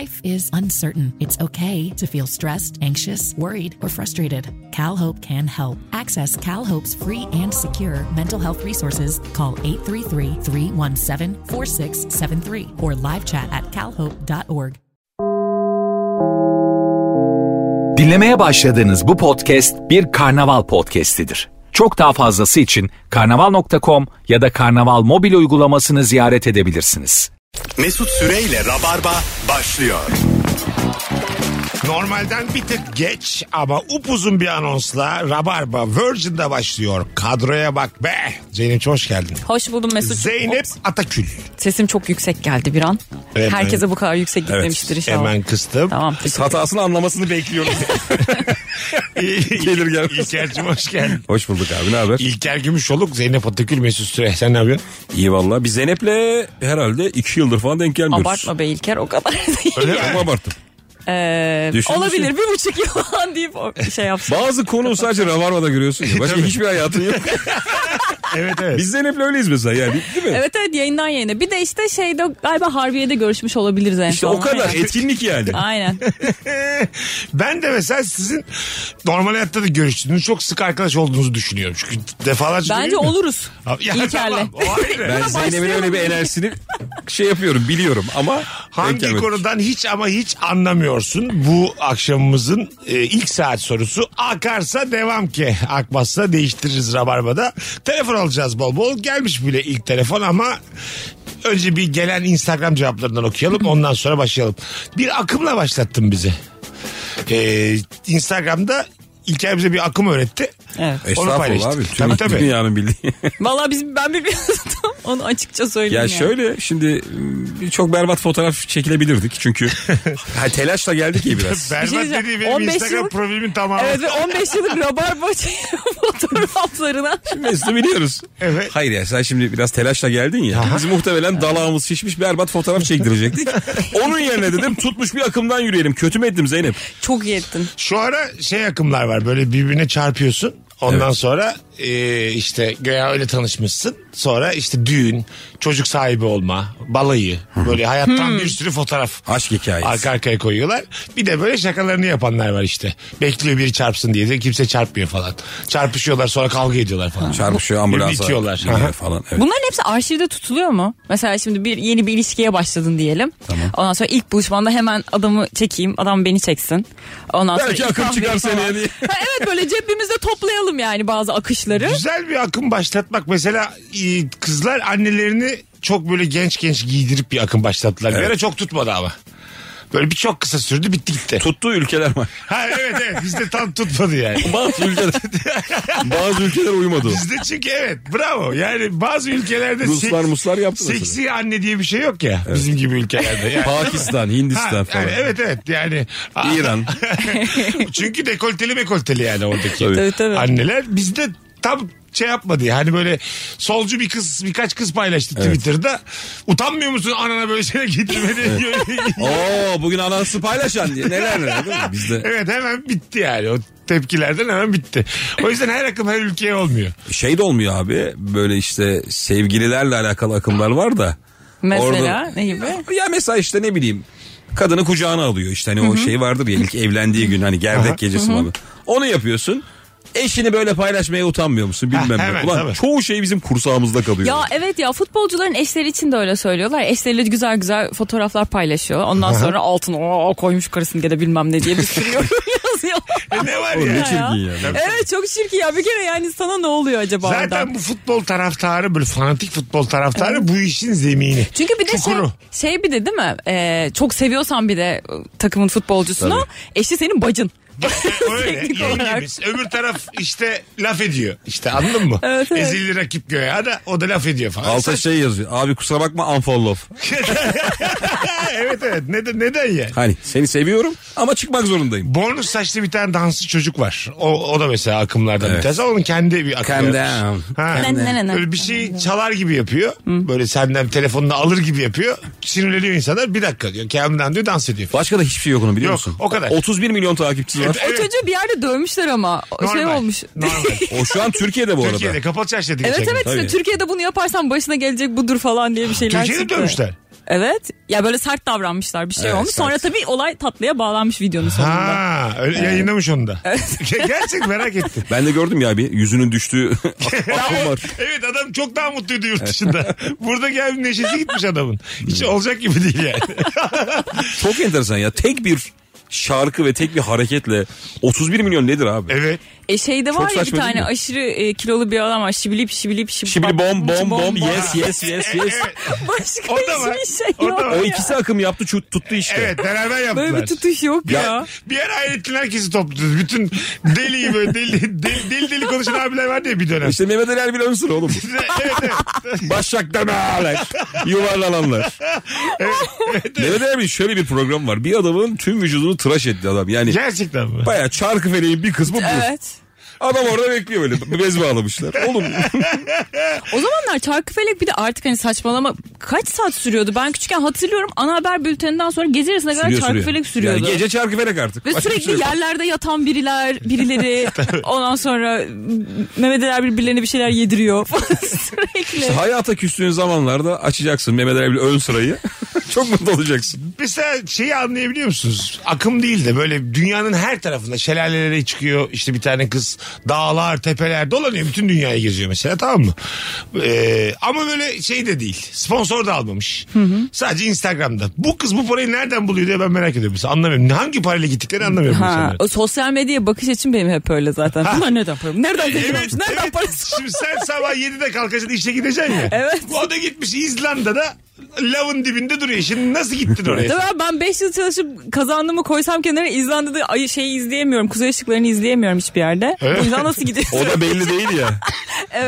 Life is uncertain. It's okay to feel stressed, anxious, worried, or frustrated. CalHope can help. Access CalHope's free and secure mental health resources. Call 833-317-4673 or live chat at calhope.org. Dinlemeye başladığınız bu podcast bir karnaval podcastidir. Çok daha fazlası için karnaval.com ya da karnaval mobil uygulamasını ziyaret edebilirsiniz. Mesut Süreyle Rabarba başlıyor. Normalden bir tık geç ama upuzun bir anonsla Rabarba Virgin'de başlıyor. Kadroya bak be. Zeynep hoş geldin. Hoş buldum Mesut. Zeynep Ops, Atakül. Sesim çok yüksek geldi bir an. Evet, Herkese evet. bu kadar yüksek gitmemiştir inşallah. Hemen kıstım. Tamam. teşekkür ederim. Hatasını anlamasını bekliyoruz. Gelir gelmez. İlker'cim hoş geldin. Hoş bulduk abi ne haber? İlker Gümüşoluk, Zeynep Atakül, Mesut Süre. Sen ne yapıyorsun? İyi valla. Biz Zeynep'le herhalde iki yıldır falan denk gelmiyoruz. Abartma be İlker o kadar değil. Öyle mi? Ama abarttım. Ee, Düşün, olabilir düşün. bir buçuk yıl falan deyip o- şey yapsın. Bazı konu sadece Ravarva'da görüyorsun ya. Başka Tabii. hiçbir hayatın yok. Evet evet. Biz Zeynep'le öyleyiz mesela yani değil mi? Evet evet yayından yayına. Bir de işte şeyde galiba Harbiye'de görüşmüş olabiliriz en İşte son. o kadar Aynen. etkinlik yani. Aynen. Şey Ben de mesela sizin normal hayatta da görüştüğünüz çok sık arkadaş olduğunuzu düşünüyorum. Çünkü defalarca Bence görüyorum. oluruz. Ya İlker'le. tamam, o ayrı. Ben Zeynep'in öyle bir enerjisini şey yapıyorum biliyorum ama denk Hangi gelmedi. konudan hiç ama hiç anlamıyorsun. Bu akşamımızın e, ilk saat sorusu. Akarsa devam ki. Akmazsa değiştiririz Rabarba'da. Telefon alacağız bol bol. Gelmiş bile ilk telefon ama önce bir gelen Instagram cevaplarından okuyalım. Ondan sonra başlayalım. Bir akımla başlattın bizi. E, Instagram'da İlker bize bir akım öğretti. Evet. Onu Estağfurullah paylaştık. abi. Tabii Tüm tabii. dünyanın bildiği. Valla biz, ben bilmiyordum. Onu açıkça söyleyeyim. Ya yani. şöyle şimdi m, çok berbat fotoğraf çekilebilirdik çünkü ha, telaşla geldik ya biraz. Berbat şey diyeceğim. dediği benim 15 Instagram yıllık- profilimin tamamı. Evet ve 15 yıllık rabarba fotoğraflarına. Mesut'u biliyoruz. Evet. Hayır ya sen şimdi biraz telaşla geldin ya. Biz muhtemelen dalağımız şişmiş berbat fotoğraf çektirecektik. Onun yerine dedim tutmuş bir akımdan yürüyelim. Kötü mü ettim Zeynep? Çok iyi ettin. Şu ara şey akımlar var böyle birbirine çarpıyorsun. Ondan sonra e, işte ya öyle tanışmışsın. Sonra işte düğün, çocuk sahibi olma, balayı. Böyle hayattan bir sürü fotoğraf. Aşk hikayesi. Arka arkaya koyuyorlar. Bir de böyle şakalarını yapanlar var işte. Bekliyor biri çarpsın diye de kimse çarpmıyor falan. Çarpışıyorlar sonra kavga ediyorlar falan. Çarpışıyor Birbirini ambulansa. itiyorlar. biniyor falan. Evet. Bunların hepsi arşivde tutuluyor mu? Mesela şimdi bir yeni bir ilişkiye başladın diyelim. Ondan sonra ilk buluşmanda hemen adamı çekeyim, adam beni çeksin. Ondan sonra Belki ilk akım kahveyi çıkar falan. seneye diye. Ha, evet böyle cebimizde toplayalım yani bazı akışları. Güzel bir akım başlatmak. Mesela e, kızlar annelerini çok böyle genç genç giydirip bir akım başlattılar. Bir ara çok tutmadı ama. Böyle bir çok kısa sürdü bitti gitti. Tuttuğu ülkeler var. Ha evet evet bizde tam tutmadı yani. Bazı ülkeler, bazı ülkeler uymadı. Bizde çünkü evet bravo yani bazı ülkelerde Ruslar, Muslar yaptı mesela. seksi anne diye bir şey yok ya bizim gibi ülkelerde. Yani. Pakistan, Ha, Hindistan yani falan. evet evet yani İran. çünkü dekolteli mekolteli yani oradaki Tabii, tabii. anneler bizde tam şey yapmadı yani böyle solcu bir kız birkaç kız paylaştı Twitter'da utanmıyor musun anana böyle şeyler getirmedi Oo bugün anası paylaşan diye neler neler değil mi? Bizde evet hemen bitti yani o tepkilerden hemen bitti o yüzden her akım her ülkeye olmuyor şey de olmuyor abi böyle işte sevgililerle alakalı akımlar var da. Mesela Orada- ne gibi? Ya mesela işte ne bileyim kadını kucağına alıyor işte hani o şey vardır ya ilk evlendiği gün hani gerdek gecesi falan. Onu yapıyorsun. Eşini böyle paylaşmaya utanmıyor musun bilmem Ha, ne. hemen, Ulan tabii. çoğu şey bizim kursağımızda kalıyor. Ya evet ya futbolcuların eşleri için de öyle söylüyorlar. Eşleriyle güzel güzel fotoğraflar paylaşıyor. Ondan sonra altın o koymuş karısını gene bilmem ne diye bir sürü yorum yazıyorlar. E ne var Oğlum ya? ne çirkin ya. Evet çok şirki ya bir kere yani sana ne oluyor acaba oradan? Zaten bu futbol taraftarı böyle fanatik futbol taraftarı bu işin zemini. Çünkü bir de şey, Çukuru. şey bir de değil mi? Ee, çok seviyorsan bir de e, takımın futbolcusunu. Eşi senin bacın. Öyle Teknik olarak. yengemiz. Öbür taraf işte laf ediyor. İşte anladın mı? Evet, evet. Ezildi rakip göğe. Ha da o da laf ediyor falan. Alta şey yazıyor. Abi kusura bakma unfollow. evet evet. Neden, neden yani? Hani seni seviyorum ama çıkmak zorundayım. Bonus saçlı bir tane dansçı çocuk var. O, o da mesela akımlardan bir Evet. tanesi. Onun kendi bir akımı. Calm yapmış. down. Ha. Calm down. Böyle bir şey çalar gibi yapıyor. Böyle senden telefonunu alır gibi yapıyor. Sinirleniyor insanlar. Bir dakika diyor. Calm down diyor dans ediyor. Başka da hiçbir şey yok onun biliyor Yok, musun? o kadar. 31 milyon takipçisi var. O çocuğu bir yerde dövmüşler ama. O Şey Normal. olmuş. Normal. o şu an Türkiye'de bu arada. Türkiye'de kapalı çarşıda Evet geçen gün. evet işte tabii. Türkiye'de bunu yaparsan başına gelecek budur falan diye bir şeyler Türkiye'de çıktı. dövmüşler. Evet. Ya böyle sert davranmışlar bir şey Evet, olmuş. sert. Sonra tabii olay tatlıya bağlanmış videonun sonunda. Ha, öyle yayınlamış onu da. Gerçek merak ettim. Ben de gördüm ya bir yüzünün düştüğü akım var. Evet adam çok daha mutluydu yurt dışında. Burada geldi neşesi gitmiş adamın. Hiç olacak gibi değil yani. Çok enteresan ya. Tek bir şarkı ve tek bir hareketle 31 milyon nedir abi? Evet. E şeyde Çok var ya bir saçma değil tane mi? aşırı e, kilolu bir adam var. Şibilip şibilip şibilip. Şimdi bom bom bom bom. yes yes yes yes. Başka O da var. hiçbir şey O da yok. var. O ikisi akım yaptı çut- tuttu işte. Evet beraber yaptılar. Böyle bir tutuş yok ya. Ya, bir ara Hayrettin herkesi topladı. Bütün deli böyle deli deli, deli, deli konuşan abiler vardı ya bir dönem. İşte Mehmet Ali Erbil ön sıra oğlum. evet evet. Başak demeler. Yuvarlananlar. Mehmet Ali Erbil şöyle bir program var. Bir adamın tüm vücudunu tıraş etti adam. Yani Gerçekten mi? baya çarkı feleğin bir kısmı bu. Evet. Adam orada bekliyor böyle. Bez bağlamışlar. Oğlum O zamanlar Çarkıfelek bir de artık hani saçmalama kaç saat sürüyordu? Ben küçükken hatırlıyorum ana haber bülteninden sonra gece yarısına kadar Çarkıfelek sürüyordu. Yani gece çarkı felek artık. Ve Başka bir sürekli şey yok. yerlerde yatan biriler, birileri ondan sonra Mehmet Ali Erbil birbirlerine bir şeyler yediriyor falan sürekli. Hayata küstüğün zamanlarda açacaksın Mehmet Ali Erbil ön sırayı. Çok mutlu olacaksın. Mesela şeyi anlayabiliyor musunuz? Akım değil de böyle dünyanın her tarafında şelalelere çıkıyor. İşte bir tane kız dağlar, tepeler dolanıyor. Bütün dünyayı geziyor mesela tamam mı? Ee, ama böyle şey de değil. Sponsor da almamış. Sadece Instagram'da. Bu kız bu parayı nereden buluyor diye ben merak ediyorum. Mesela anlamıyorum. Hangi parayla gittiklerini anlamıyorum. Ha, insanların. o sosyal medyaya bakış açım benim hep öyle zaten. Bunlar nereden para? Nereden zengin olmuş? Nereden evet. parası? Şimdi sen sabah 7'de kalkacaksın işe gideceksin ya. Evet. O da gitmiş İzlanda'da lavın dibinde duruyor. Şimdi nasıl gittin oraya? Tabii abi ben 5 yıl çalışıp kazandığımı koysam kenara İzlanda'da ayı şeyi izleyemiyorum. Kuzey ışıklarını izleyemiyorum hiçbir yerde. O yüzden nasıl gidiyorsun? O da belli değil ya.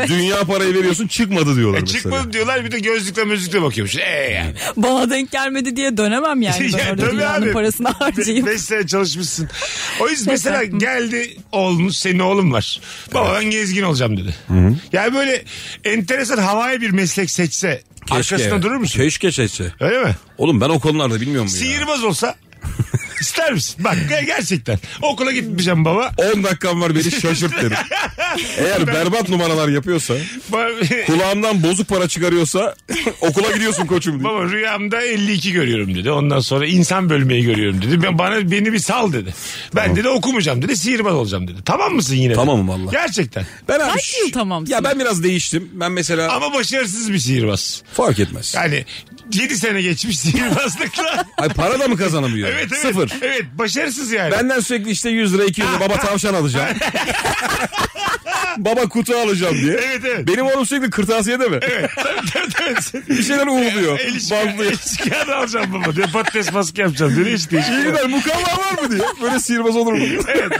Dünya parayı veriyorsun çıkmadı diyorlar E, mesela. çıkmadı diyorlar bir de gözlükle mözlükle bakıyormuş. Ee yani. Bana denk gelmedi diye dönemem yani. Ben Ya orada tabii abi. dünyanın parasını harcayıp. 5 sene çalışmışsın. O yüzden mesela geldi oğlunuz senin oğlun var. Baba ben gezgin olacağım dedi. Yani böyle enteresan havai bir meslek seçse arkasında durur musun? Keşke seçse. Öyle mi? Oğlum ben o konularda bilmiyor muyum ya? Sihirbaz olsa ister misin? Bak ger- gerçekten okula gitmeyeceğim baba. 10 dakikam var beni şaşırt derim. Eğer berbat numaralar yapıyorsa, Ba- kulağımdan bozuk para çıkarıyorsa okula gidiyorsun koçum diye. Baba rüyamda 52 görüyorum dedi. Ondan sonra insan bölmeyi görüyorum dedi. Ben bana beni bir sal dedi. Ben dedi okumayacağım dedi. Sihirbaz olacağım dedi. Tamam mısın yine? Tamamım valla. Gerçekten. Ben abi Kaç şu- yıl tamamsın? Ya ben biraz değiştim. Ben mesela Ama başarısız bir sihirbaz. fark etmez. Yani 7 sene geçmiş sihirbazlıkla. Ay para da mı kazanamıyor? evet evet. Sıfır. Evet başarısız yani. Benden sürekli işte 100 lira 200 lira baba tavşan alacağım. baba kutu alacağım diye. Evet, evet. Benim oğlum sürekli kırtasiye de mi? Evet, evet, evet. Bir şeyler uğurluyor. El işi- Bantlıyor. el işi kağıdı alacağım baba diyor. Patates baskı yapacağım diyor. Hiç İyi değişmiyor. günler mukavva var mı diye. Böyle sihirbaz olur mu? Evet.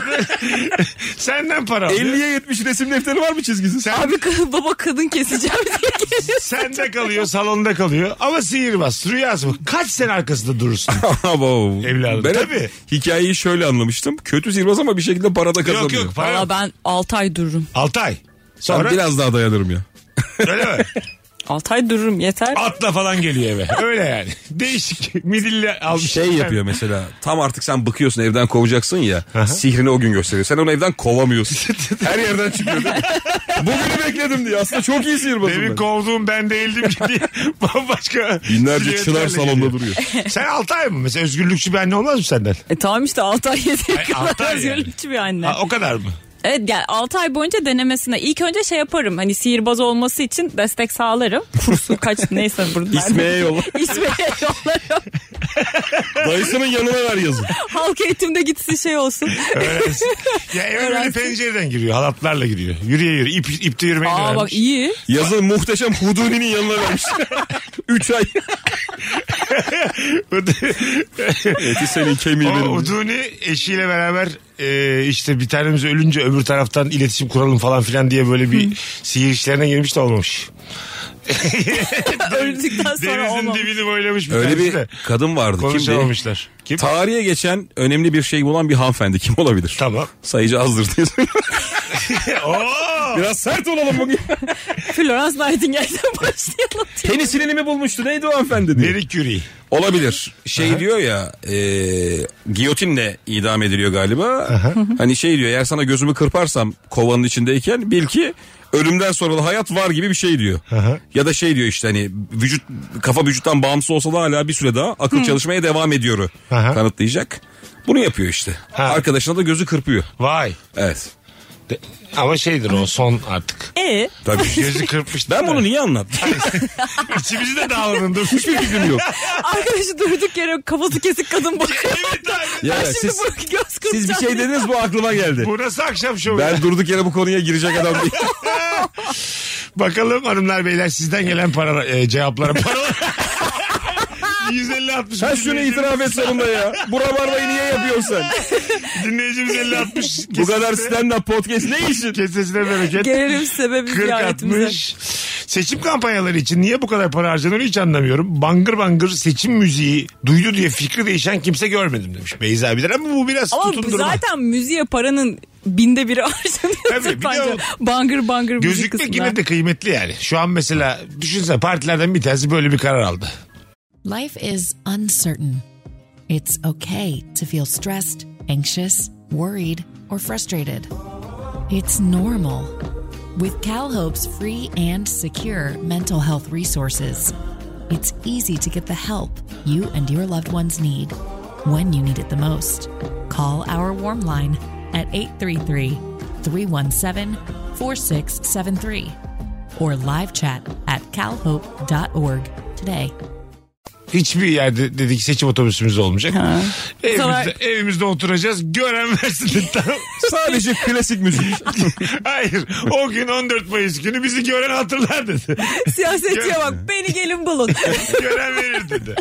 Senden para alıyor. 50'ye 70 resim defteri var mı çizgisi? Sen- Abi kız- baba kadın keseceğim diye geliyor. Sende kalıyor salonda kalıyor. Ama sihirbaz rüyası bu. Kaç sene arkasında durursun? Wow. Evladım, Ben hep tabii. hikayeyi şöyle anlamıştım. Kötü sihirbaz ama bir şekilde para da kazanıyor. yok yok para Valla yok. ben 6 ay dururum. 6 ay. Ben Sonra biraz daha dayanırım ya. öyle mi? 6 ay dururum yeter. Atla falan geliyor eve. Öyle yani. Değişik. Midilli almış. Şey yapıyor mesela. Tam artık sen bıkıyorsun evden kovacaksın ya. Sihrini o gün gösteriyor. Sen onu evden kovamıyorsun. Her yerden çıkıyor. değil mi? Bugünü bekledim diye. Aslında çok iyi sihirbazım Demin ben. kovduğum ben değildim ki diye bambaşka Binlerce silüetlerle çınar salonda geliyor. duruyor. Sen 6 ay mı? Mesela özgürlükçü bir anne olmaz mı senden? E tamam işte 6 ay yeteri Ay, altı ay kadar yani. özgürlükçü bir anne. Ha, o kadar mı? Evet yani 6 ay boyunca denemesine. İlk önce şey yaparım hani sihirbaz olması için destek sağlarım. Kursu kaç neyse burada. İsme'ye yolla. İsme'ye yollarım. Dayısının yanına ver yazın. Halk eğitimde gitsin şey olsun. Öğrensin. ya eve böyle Öğrensin. pencereden giriyor. Halatlarla giriyor. Yürüye yürü. İp, ipte yürümeyi de Aa bak öğrenmiş. iyi. Yazın muhteşem Huduni'nin yanına vermiş. 3 ay. Eti senin kemiği O benim. Uduni eşiyle beraber e, işte bir tanemiz ölünce öbür taraftan iletişim kuralım falan filan diye böyle bir sihir işlerine girmiş de olmamış. Öldükten sonra Denizin olmam. dibini boylamış bir Öyle tanesi bir de. kadın vardı. Kimdi? Konuşamamışlar. Kim? Tarihe geçen önemli bir şey bulan bir hanımefendi kim olabilir? Tamam. Sayıcı azdır diye. söylüyorum. Oo! Biraz sert olalım bugün. Florence Nightingale'den başlayalım. Penisilini mi bulmuştu neydi o hanımefendi diye. Marie Curie. Olabilir. Şey diyor ya e, giyotinle idam ediliyor galiba. Hani şey diyor eğer sana gözümü kırparsam kovanın içindeyken bil ki ölümden sonra da hayat var gibi bir şey diyor. ya da şey diyor işte hani vücut kafa vücuttan bağımsız olsa da hala bir süre daha akıl çalışmaya devam ediyoru Aha. kanıtlayacak. Bunu yapıyor işte. Ha. Arkadaşına da gözü kırpıyor. Vay. Evet. De- ama şeydir o son artık. E Tabii. Gözü kırpmıştı. ben bunu niye anlattım? İçimizi de dağılın dur. Hiçbir fikrim yok. arkadaşı durduk yere kafası kesik kadın bakıyor. Evet abi. Ya Ben şimdi siz, bu göz kırpacağım. siz bir şey dediniz bu aklıma geldi. Bu nasıl akşam şovu? Ben durduk yere bu konuya girecek adam değil. Bakalım hanımlar beyler sizden gelen para, e, cevaplara paralar. 150 60 Sen şunu itiraf et sonunda ya. Bu rabarbayı niye yapıyorsun sen? Dinleyicimiz 50 60. Bu kadar stand-up podcast ne işin? Kesesine bereket. Gelelim sebebi 40 ziyaretimize. 60. Seçim kampanyaları için niye bu kadar para harcanır hiç anlamıyorum. Bangır bangır seçim müziği duydu diye fikri değişen kimse görmedim demiş Beyza Bilir ama bu biraz Ama bu tutundurma. zaten müziğe paranın binde biri Tabii, harcanıyordur bir de bence. Bangır bangır müzik Gözükmek kısmına. yine de kıymetli yani. Şu an mesela düşünsene partilerden bir tanesi böyle bir karar aldı. Life is uncertain. It's okay to feel stressed, anxious, worried, or frustrated. It's normal. With CalHope's free and secure mental health resources, it's easy to get the help you and your loved ones need when you need it the most. Call our warm line at 833 317 4673 or live chat at calhope.org today. Hiçbir yerde dedik seçim otobüsümüz olmayacak. Evimizde, Sonra- evimizde oturacağız. Gören versin de tam. Sadece klasik müzik. Hayır. O gün 14 Mayıs günü bizi gören hatırlar dedi. Siyasetçiye bak beni gelin bulun. Gören verir dedi.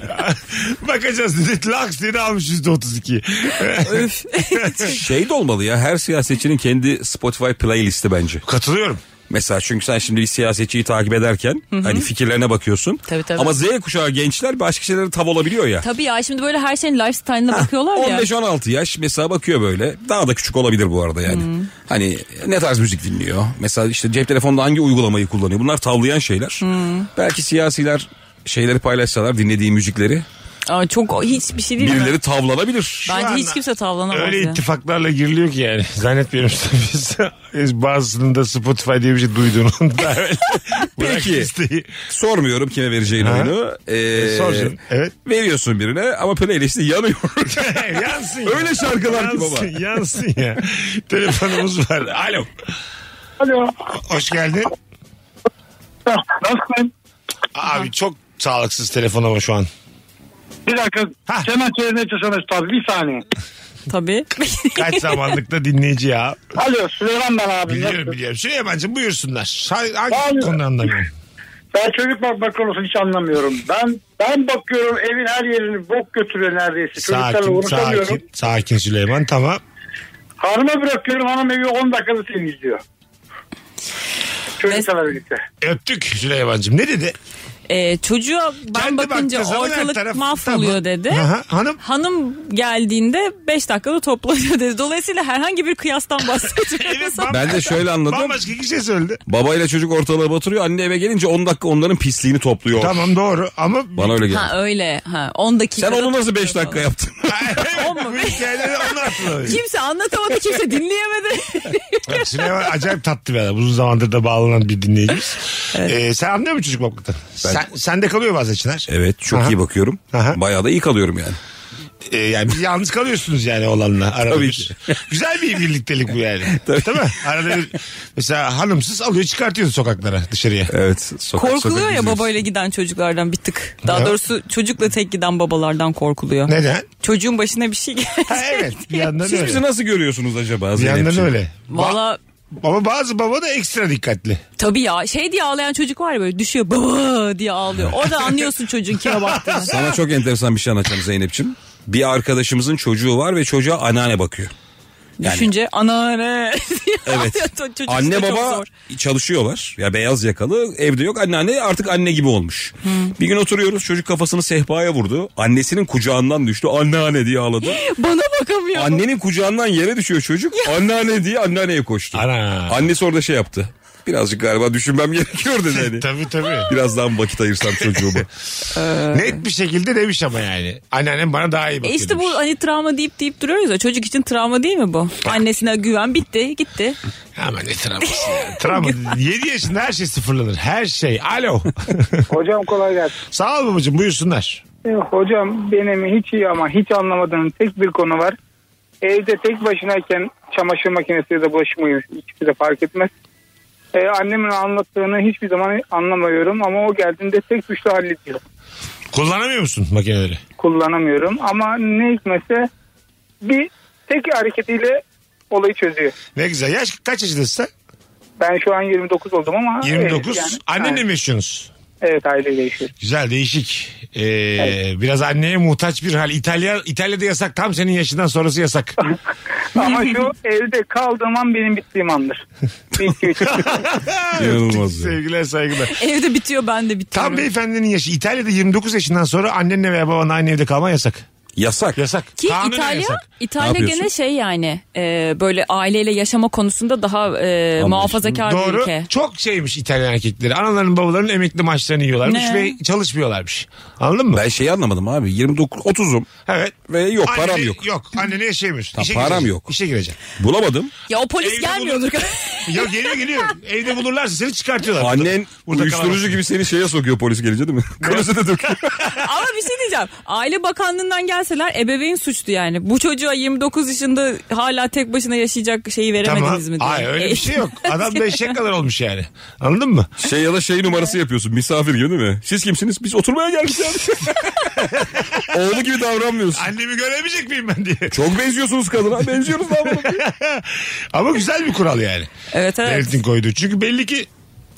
Bakacağız dedi. Laks dedi almış %32. Öf. Şey de olmalı ya her siyasetçinin kendi Spotify playlisti bence. Katılıyorum. Mesela çünkü sen şimdi bir siyasetçiyi takip ederken hani fikirlerine bakıyorsun. Tabii, tabii. Ama Z kuşağı gençler başka şeylere tav olabiliyor ya. Tabii ya şimdi böyle her şeyin lifestyle'ına bakıyorlar ya. 15-16 yaş mesela bakıyor böyle. Daha da küçük olabilir bu arada yani. Hani ne tarz müzik dinliyor? Mesela işte cep telefonunda hangi uygulamayı kullanıyor? Bunlar tavlayan şeyler. Belki siyasiler şeyleri paylaşsalar dinlediği müzikleri Aa, çok hiçbir şey değil mi? birileri tavlanabilir. Bence anda hiç kimse tavlanamaz Öyle ya. ittifaklarla giriliyor ki yani. Zannetmiyorum tabii. biz Bazısının da Spotify diye bir şey duyduğunu daha evvel. Bırak Peki. listeyi. Sormuyorum kime vereceğin oyunu. Ee, sorsun. Evet. Veriyorsun birine ama playlisti yanıyor. yansın ya. Öyle şarkılar ki baba. yansın, yansın ya. Telefonumuz var. Alo. Alo. Ah, Hoş geldin. Nasılsın? Abi çok sağlıksız telefon ama şu an. Bir dakika. Hah. Kenan Çeyrek'e çalışan abi. Bir saniye. Tabii. Kaç zamanlıkta dinleyici ya. Alo Süleyman ben abi. Biliyorum Nasılsın? biliyorum. Süleyman'cığım buyursunlar. Ha- Hangi Vallahi. konuda anlamıyorum. Ben çocuk bakmak konusunu hiç anlamıyorum. Ben ben bakıyorum evin her yerini bok götürüyor neredeyse. Çocuklarla Sakin, uğraşamıyorum. sakin, sakin Süleyman tamam. Hanıma bırakıyorum hanım evi 10 dakikada temizliyor. Çocuklarla birlikte. Öptük Süleyman'cığım. Ne dedi? Ee, çocuğa ben Kendi bakınca baktığı zaman her ortalık taraf- mahvoluyor Tamam. dedi. Aha, hanım Hanım geldiğinde 5 dakikada toplanıyor dedi. Dolayısıyla herhangi bir kıyastan Evet, bahsetmiyoruz. bam- Ben de şöyle anladım. bambaşka iki şey söyledi. Babayla çocuk ortalığı batırıyor. Anne eve gelince 10 dakika onların pisliğini topluyor. Tamam doğru ama Bana öyle geldi. ha öyle. Ha 10 dakika. Sen onu nasıl 5 dakika yaptın? evet, bu hikayede onlar atılıyor. Kimse anlatamadı, kimse dinleyemedi. Bak, Süleyman acayip tatlı bir adam. Uzun zamandır da bağlanan bir dinleyicimiz. Ee, sen anlıyor musun çocuk bakmaktan? Sen, sende kalıyor bazen Çınar. Evet çok Aha. iyi bakıyorum. Aha. Bayağı da iyi kalıyorum yani. Ee, yani biz yalnız kalıyorsunuz yani olanla. Arada Tabii bir. Güzel bir birliktelik bu yani. Tabii. Tabii. Değil mi? Arada bir, mesela hanımsız alıyor çıkartıyorsun sokaklara dışarıya. Evet. Sokak, Korkuluyor sokak ya izliyoruz. babayla giden çocuklardan bir tık. Daha Ya. doğrusu çocukla tek giden babalardan korkuluyor. Neden? Çocuğun başına bir şey gelecek. Ha, evet bir yandan Siz bizi öyle. nasıl görüyorsunuz acaba? Bir yandan öyle. Ba- Valla ama bazı baba da ekstra dikkatli. tabii ya şey diye ağlayan çocuk var ya böyle düşüyor baba diye ağlıyor. Orada anlıyorsun çocuğun kime baktığını. Sana çok enteresan bir şey anlatacağım Zeynep'ciğim. Bir arkadaşımızın çocuğu var ve çocuğa anneanne bakıyor. Düşünce anneanne diye ağlıyor. Evet. Çocuk işte anne çok baba zor. çalışıyorlar. Ya beyaz yakalı evde yok. Anneanne artık anne gibi olmuş. Hmm. Bir gün oturuyoruz çocuk kafasını sehpaya vurdu. Annesinin kucağından düştü. Anneanne diye ağladı. Bana bakamıyor. Annenin kucağından yere düşüyor çocuk. Anneanne diye anneanneye koştu. Ana. Annesi orada şey yaptı. birazcık galiba düşünmem gerekiyor dedi hani. Tabii tabii. Biraz daha mı vakit ayırsam çocuğuma? Net bir şekilde demiş ama yani. Anneannem bana daha iyi E bakıyor. işte demiş. bu hani travma deyip deyip duruyoruz ya çocuk için travma değil mi bu? Annesine güven bitti gitti. Ama ne travması ya. Travma. 7 yaşında her şey sıfırlanır. Her şey. Alo. Hocam kolay gelsin. Sağ ol babacığım buyursunlar. E, hocam benim hiç iyi ama hiç anlamadığım tek bir konu var. Evde tek başınayken çamaşır makinesi ya da bulaşık makinesi ikisi de fark etmez. E, annemin anlattığını hiçbir zaman anlamıyorum ama o geldiğinde tek güçlü hallediyor. Kullanamıyor musun makineleri? Kullanamıyorum ama ne hikmetse bir tek hareketiyle olayı çözüyor. Ne güzel. Yaş kaç yaşındasın sen? Ben şu an 29 oldum ama... 29. Evet, yani- Annenle Evet, mi yaşıyorsunuz? evet aileyle yaşıyorum. Güzel değişik. Ee, Biraz anneye muhtaç bir hal. İtalya İtalya'da yasak. Tam senin yaşından sonrası yasak. Ama şu evde kaldığım an benim bittiğim andır. Bir, iki, üç. İnanılmaz ya. Sevgiler saygılar. Evde bitiyor ben de bitiyorum. Tam beyefendinin yaşı. İtalya'da 29 yaşından sonra annenle veya babanla aynı evde kalman yasak. Yasak. Yasak. Ki Kanunen İtalya yasak. Ne İtalya yapıyorsun? gene şey yani e, böyle aileyle yaşama konusunda daha e, muhafazakar bir Doğru. ülke. Çok şeymiş İtalyan erkekleri. Analarının babalarının emekli maaşlarını yiyorlarmış Ne? ve çalışmıyorlarmış. Anladın mı? Ben şeyi anlamadım abi. 29 30'um. Evet. Ve yok, Annene- param yok. Yok annene yaşayamıyorsun. Tamam, İşe param gireceksin. yok. İşe gireceksin. Bulamadım. Ya o polis Evde gelmiyordur. Ya geliyor geliyor. Evde bulurlarsa seni çıkartıyorlar. Annen Burada kalamazsın. uyuşturucu gibi seni şeye sokuyor polis gelince değil mi? Kırmızı döküyor. Ama bir şey diyeceğim. Aile Bakanlığından gelseler ebeveyn suçtu yani. Bu çocuğa 29 yaşında hala tek başına yaşayacak şeyi Tamam. veremediniz mi? diye. Ay öyle bir E, şey yok. Adam da eşek kadar olmuş yani. Anladın mı? Şey ya da şey numarası yapıyorsun misafir gibi değil mi? Siz kimsiniz? Biz oturmaya geldik yani. Oğlu gibi davranmıyorsun. Annemi göremeyecek miyim ben diye. Çok benziyorsunuz kadına. Benziyoruz lan bana. Ama güzel bir kural yani. Evet evet. Devletin koyduğu. Çünkü belli ki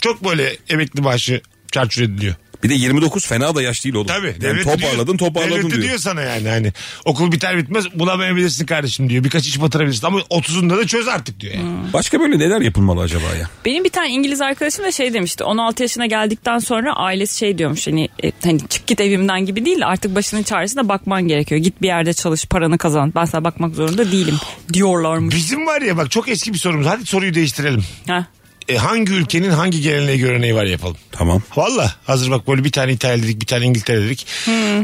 çok böyle emekli maaşı çarçur ediliyor. Bir de 29 fena da yaş değil oğlum. Tabii. Yani devlet toparladın diyor- toparladın devleti diyor. diyor sana yani hani okul biter bitmez bulamayabilirsin kardeşim diyor. Birkaç iş batırabilirsin ama 30'unda da çöz artık diyor yani. Başka böyle neler yapılmalı acaba ya? Benim bir tane İngiliz arkadaşım da şey demişti. 16 yaşına geldikten sonra ailesi şey diyormuş hani e, hani çık git evimden gibi değil de artık başının çaresine bakman gerekiyor. Git bir yerde çalış, paranı kazan. Ben sana bakmak zorunda değilim diyorlarmış. Bizim var ya bak çok eski bir sorumuz. Hadi soruyu değiştirelim. Ha. E, hangi ülkenin hangi geleneği göreneği var yapalım. Tamam. Valla hazır bak böyle bir tane İtalya dedik bir tane İngiltere dedik.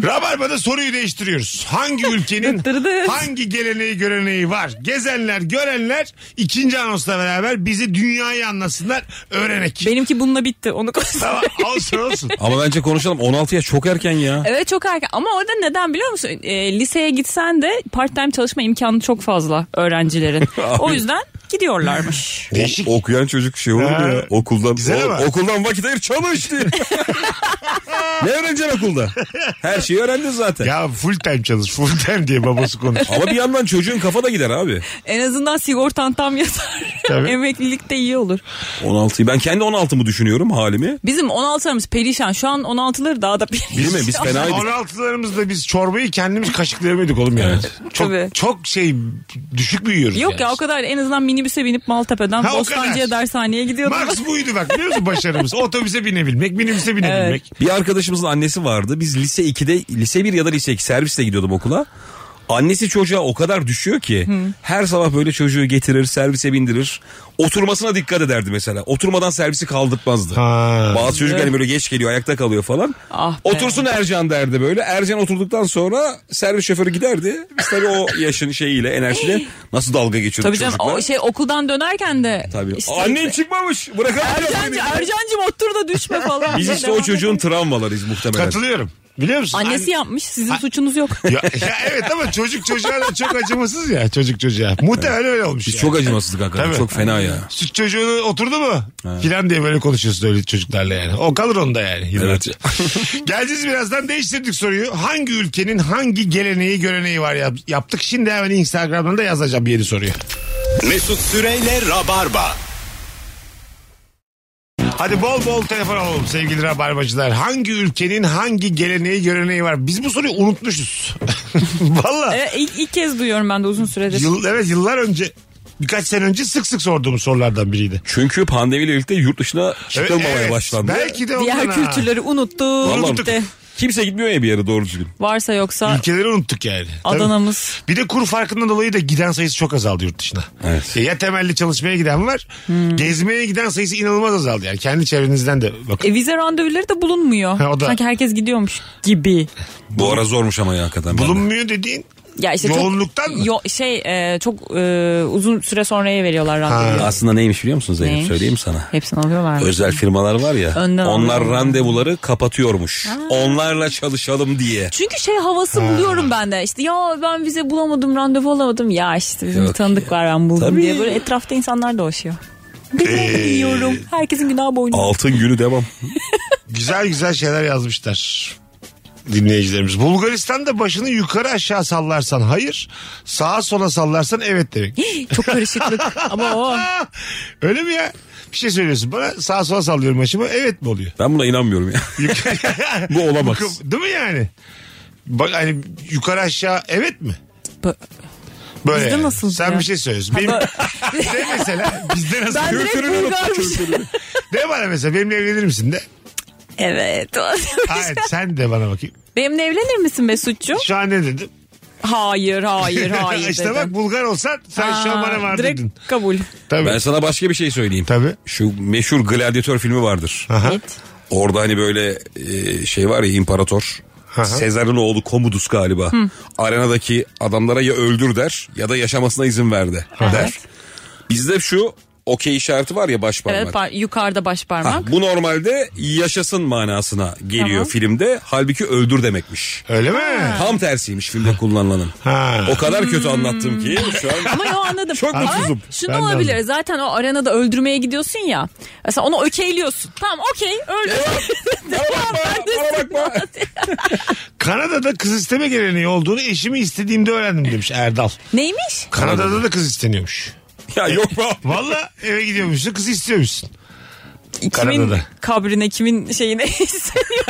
Rabarba'da soruyu değiştiriyoruz. Hangi ülkenin Dıttırdı. hangi geleneği göreneği var? Gezenler görenler ikinci anonsla beraber bizi dünyayı anlasınlar öğrenek. Benimki bununla bitti. Onu konuşalım. Tamam olsun olsun. Ama bence konuşalım 16 yaş çok erken ya. Evet çok erken ama orada neden biliyor musun? E, liseye gitsen de part time çalışma imkanı çok fazla öğrencilerin. o yüzden gidiyorlarmış. Değişik. O- okuyan çocuk şey olur mu Ha. ya? Okuldan, Güzel o- ama. okuldan vakit ayır çalış diye. ne öğreneceksin okulda? Her şeyi öğrendin zaten. Ya full time çalış full time diye babası konuşuyor. Ama bir yandan çocuğun kafa da gider abi. En azından sigortan tam yatar. Tabii. Emeklilik de iyi olur. 16'yı ben kendi 16'mı düşünüyorum halimi. Bizim 16'larımız perişan. Şu an 16'ları daha da perişan. Değil mi? Biz fenaydık. 16'larımızda biz çorbayı kendimiz kaşıklayamıyorduk oğlum yani. Çok, Tabii. çok şey düşük büyüyoruz. Yok yani. ya o kadar en azından minibüse binip Maltepe'den Ha, o Bostancı'ya kadar. dershaneye gidiyordum. Max buydu bak biliyor musun başarımız? Otobüse binebilmek, minibüse binebilmek. Bir arkadaşımızın annesi vardı. Biz lise 2'de lise 1 ya da lise 2 servisle gidiyordum okula. Annesi çocuğa o kadar düşüyor ki her sabah böyle çocuğu getirir servise bindirir. Oturmasına dikkat ederdi mesela. Oturmadan servisi kaldırtmazdı. Ha. Bazı çocuk hani böyle geç geliyor ayakta kalıyor falan. Ah be. Otursun Ercan derdi böyle. Ercan oturduktan sonra servis şoförü giderdi. Biz tabii o yaşın şeyiyle enerjiyle nasıl dalga geçiyorduk Tabii canım çocukla. o şey okuldan dönerken de. Tabii. işte- Annen çıkmamış. Bırakamıyor. Ercancı, Ercancım otur da düşme falan. Biz işte o çocuğun travmalarıyız muhtemelen. Katılıyorum. Biliyor musun? Annesi An- yapmış sizin suçunuz yok. ya, ya evet ama çocuk çocuğa da çok acımasız ya çocuk çocuğa. Muhtemelen öyle olmuş. Biz yani. çok acımasızdık hakikaten. Tabii. Çok fena ya. Süt çocuğu oturdu mu? Filan diye böyle konuşuyorsun öyle çocuklarla yani. O kalır onda yani. yıllarca. Geleceğiz birazdan değiştirdik soruyu. Hangi ülkenin hangi geleneği göreneği var yap- yaptık. Şimdi hemen Instagram'dan da yazacağım yeni soruyu. Mesut Süreyle Rabarba. Hadi bol bol telefon alalım sevgili rabarbacılar. Hangi ülkenin hangi geleneği göreneği var? Biz bu soruyu unutmuşuz. Valla. Evet, E, ilk, ilk kez duyuyorum ben de uzun süredir. Yıl, evet yıllar önce birkaç sene önce sık sık sorduğum sorulardan biriydi. Çünkü pandemiyle birlikte yurt dışına Evet, çıkılmamaya evet. başlandı. Belki de Diğer ondan ha. kültürleri unuttu. Vallahi gitti. Kimse gitmiyor ya bir yere doğru düzgün. Varsa yoksa Ülkeleri unuttuk yani. Tabii. Adana'mız. Bir de kur farkından dolayı da giden sayısı çok azaldı yurt dışına. Evet. E, Ya temelli çalışmaya giden var. Hmm. Gezmeye giden sayısı inanılmaz azaldı yani. Kendi çevrenizden de bakın. E, vize randevuları da bulunmuyor. Ha, o da- Sanki herkes gidiyormuş gibi. Bu ara zormuş ama ya hakikaten. ben de. Bulunmuyor dediğin Ya işte çok- Yoğunluktan mı? Yo- şey e, çok e, uzun süre sonraya veriyorlar randevuyu. Aslında neymiş biliyor musun Zeynep? Neymiş? Söyleyeyim sana. Hepsini alıyorlar. mı? Özel firmalar var ya. Önden onlar alıyorlar. randevuları kapatıyormuş. Onlarla çalışalım diye. Çünkü şey havası buluyorum ben de. İşte ya ben vize bulamadım, randevu alamadım. Ya işte bizim Yok bir tanıdık ya. var ben buldum Tabii. diye. Böyle etrafta insanlar dolaşıyor. Ee. Günah yiyorum. Herkesin günah boynu. Altın günü devam. güzel güzel şeyler yazmışlar dinleyicilerimiz. Bulgaristan'da başını yukarı aşağı sallarsan hayır, sağa sola sallarsan evet demek. Çok karışıklık. Ama o. Öyle mi ya? Bir şey söylüyorsun bana sağa sola sallıyorum başımı evet mi oluyor? Ben buna inanmıyorum ya. Bu olamaz. Değil mi yani? Bak hani yukarı aşağı evet mi? Bu- Böyle. Bizde yani. nasıl Sen ya? bir şey söylüyorsun. Benim, de mesela bizde nasıl? Ben direkt şey. Kültürün unutma Bulgarmış. kültürünü. De bana mesela benimle evlenir misin de. Evet. Hayır sen de bana bakayım. Benimle evlenir misin Mesut'cu? Şu an ne dedim? Hayır, hayır, hayır işte dedim. bak Bulgar olsan sen şu an Aa, bana var Direkt dedin. kabul. Tabii. Ben sana başka bir şey söyleyeyim. Tabii. Şu meşhur gladyatör filmi vardır. Aha. Evet. Orada hani böyle e, şey var ya imparator. hı. Sezar'ın oğlu Komodus galiba. Arenadaki adamlara ya öldür der ya da yaşamasına izin verdi der. Bizde şu okey işareti var ya baş parmak. Evet, par- yukarıda baş Ha, parmak. bu normalde yaşasın manasına geliyor Tamam. filmde. Halbuki öldür demekmiş. Öyle mi? Tam tersiymiş filmde kullanılanın. Ha. O kadar kötü anlattım ki şu an. Hmm. Ama yo anladım. Çok Ama mutsuzum. Şunu Ben de olabilir. anladım. Zaten o arenada öldürmeye gidiyorsun ya. Mesela onu okeyliyorsun. Tamam okey öldür. Bana bakma. Kanada'da kız isteme geleneği olduğunu eşimi istediğimde öğrendim demiş Erdal. Neymiş? Kanada'da da kız isteniyormuş. Ya yok be. Valla eve gidiyormuşsun kızı istiyormuşsun. Kimin Kanada'da. kabrine kimin şeyine hissediyor?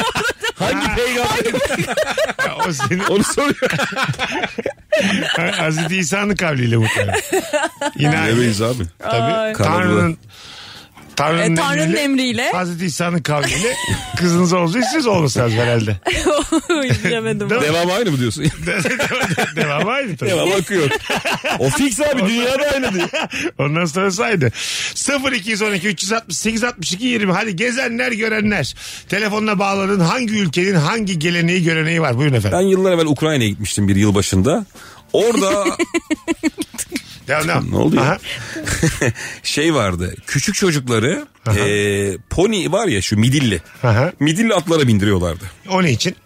Hangi peygamber? Ha, o senin Onu soruyor. Hazreti İsa'nın kavliyle muhtemelen. İnan. Bilemeyiz abi. Tabii. Ay. Tanrı'nın Tanrı'nın, E, Tanrı'nın emriyle. Hazreti İsa'nın kavliyle kızınız olacak siz olursanız herhalde. Bilemedim. Değil mi? Devam aynı mı diyorsun? Devam aynı tabii. Devam akıyor. O fix abi dünyada aynı diyor. Ondan sonra saydı. 0212 368 62 20. Hadi gezenler görenler. Telefonla bağlanın. Hangi ülkenin hangi geleneği göreneği var? Buyurun Ben efendim. yıllar evvel Ukrayna'ya gitmiştim bir yıl başında. Orada Devam devam. Ne oldu ya? Aha. şey vardı. Küçük çocukları e, pony var ya şu midilli. Aha. Midilli atlara bindiriyorlardı. O ne için?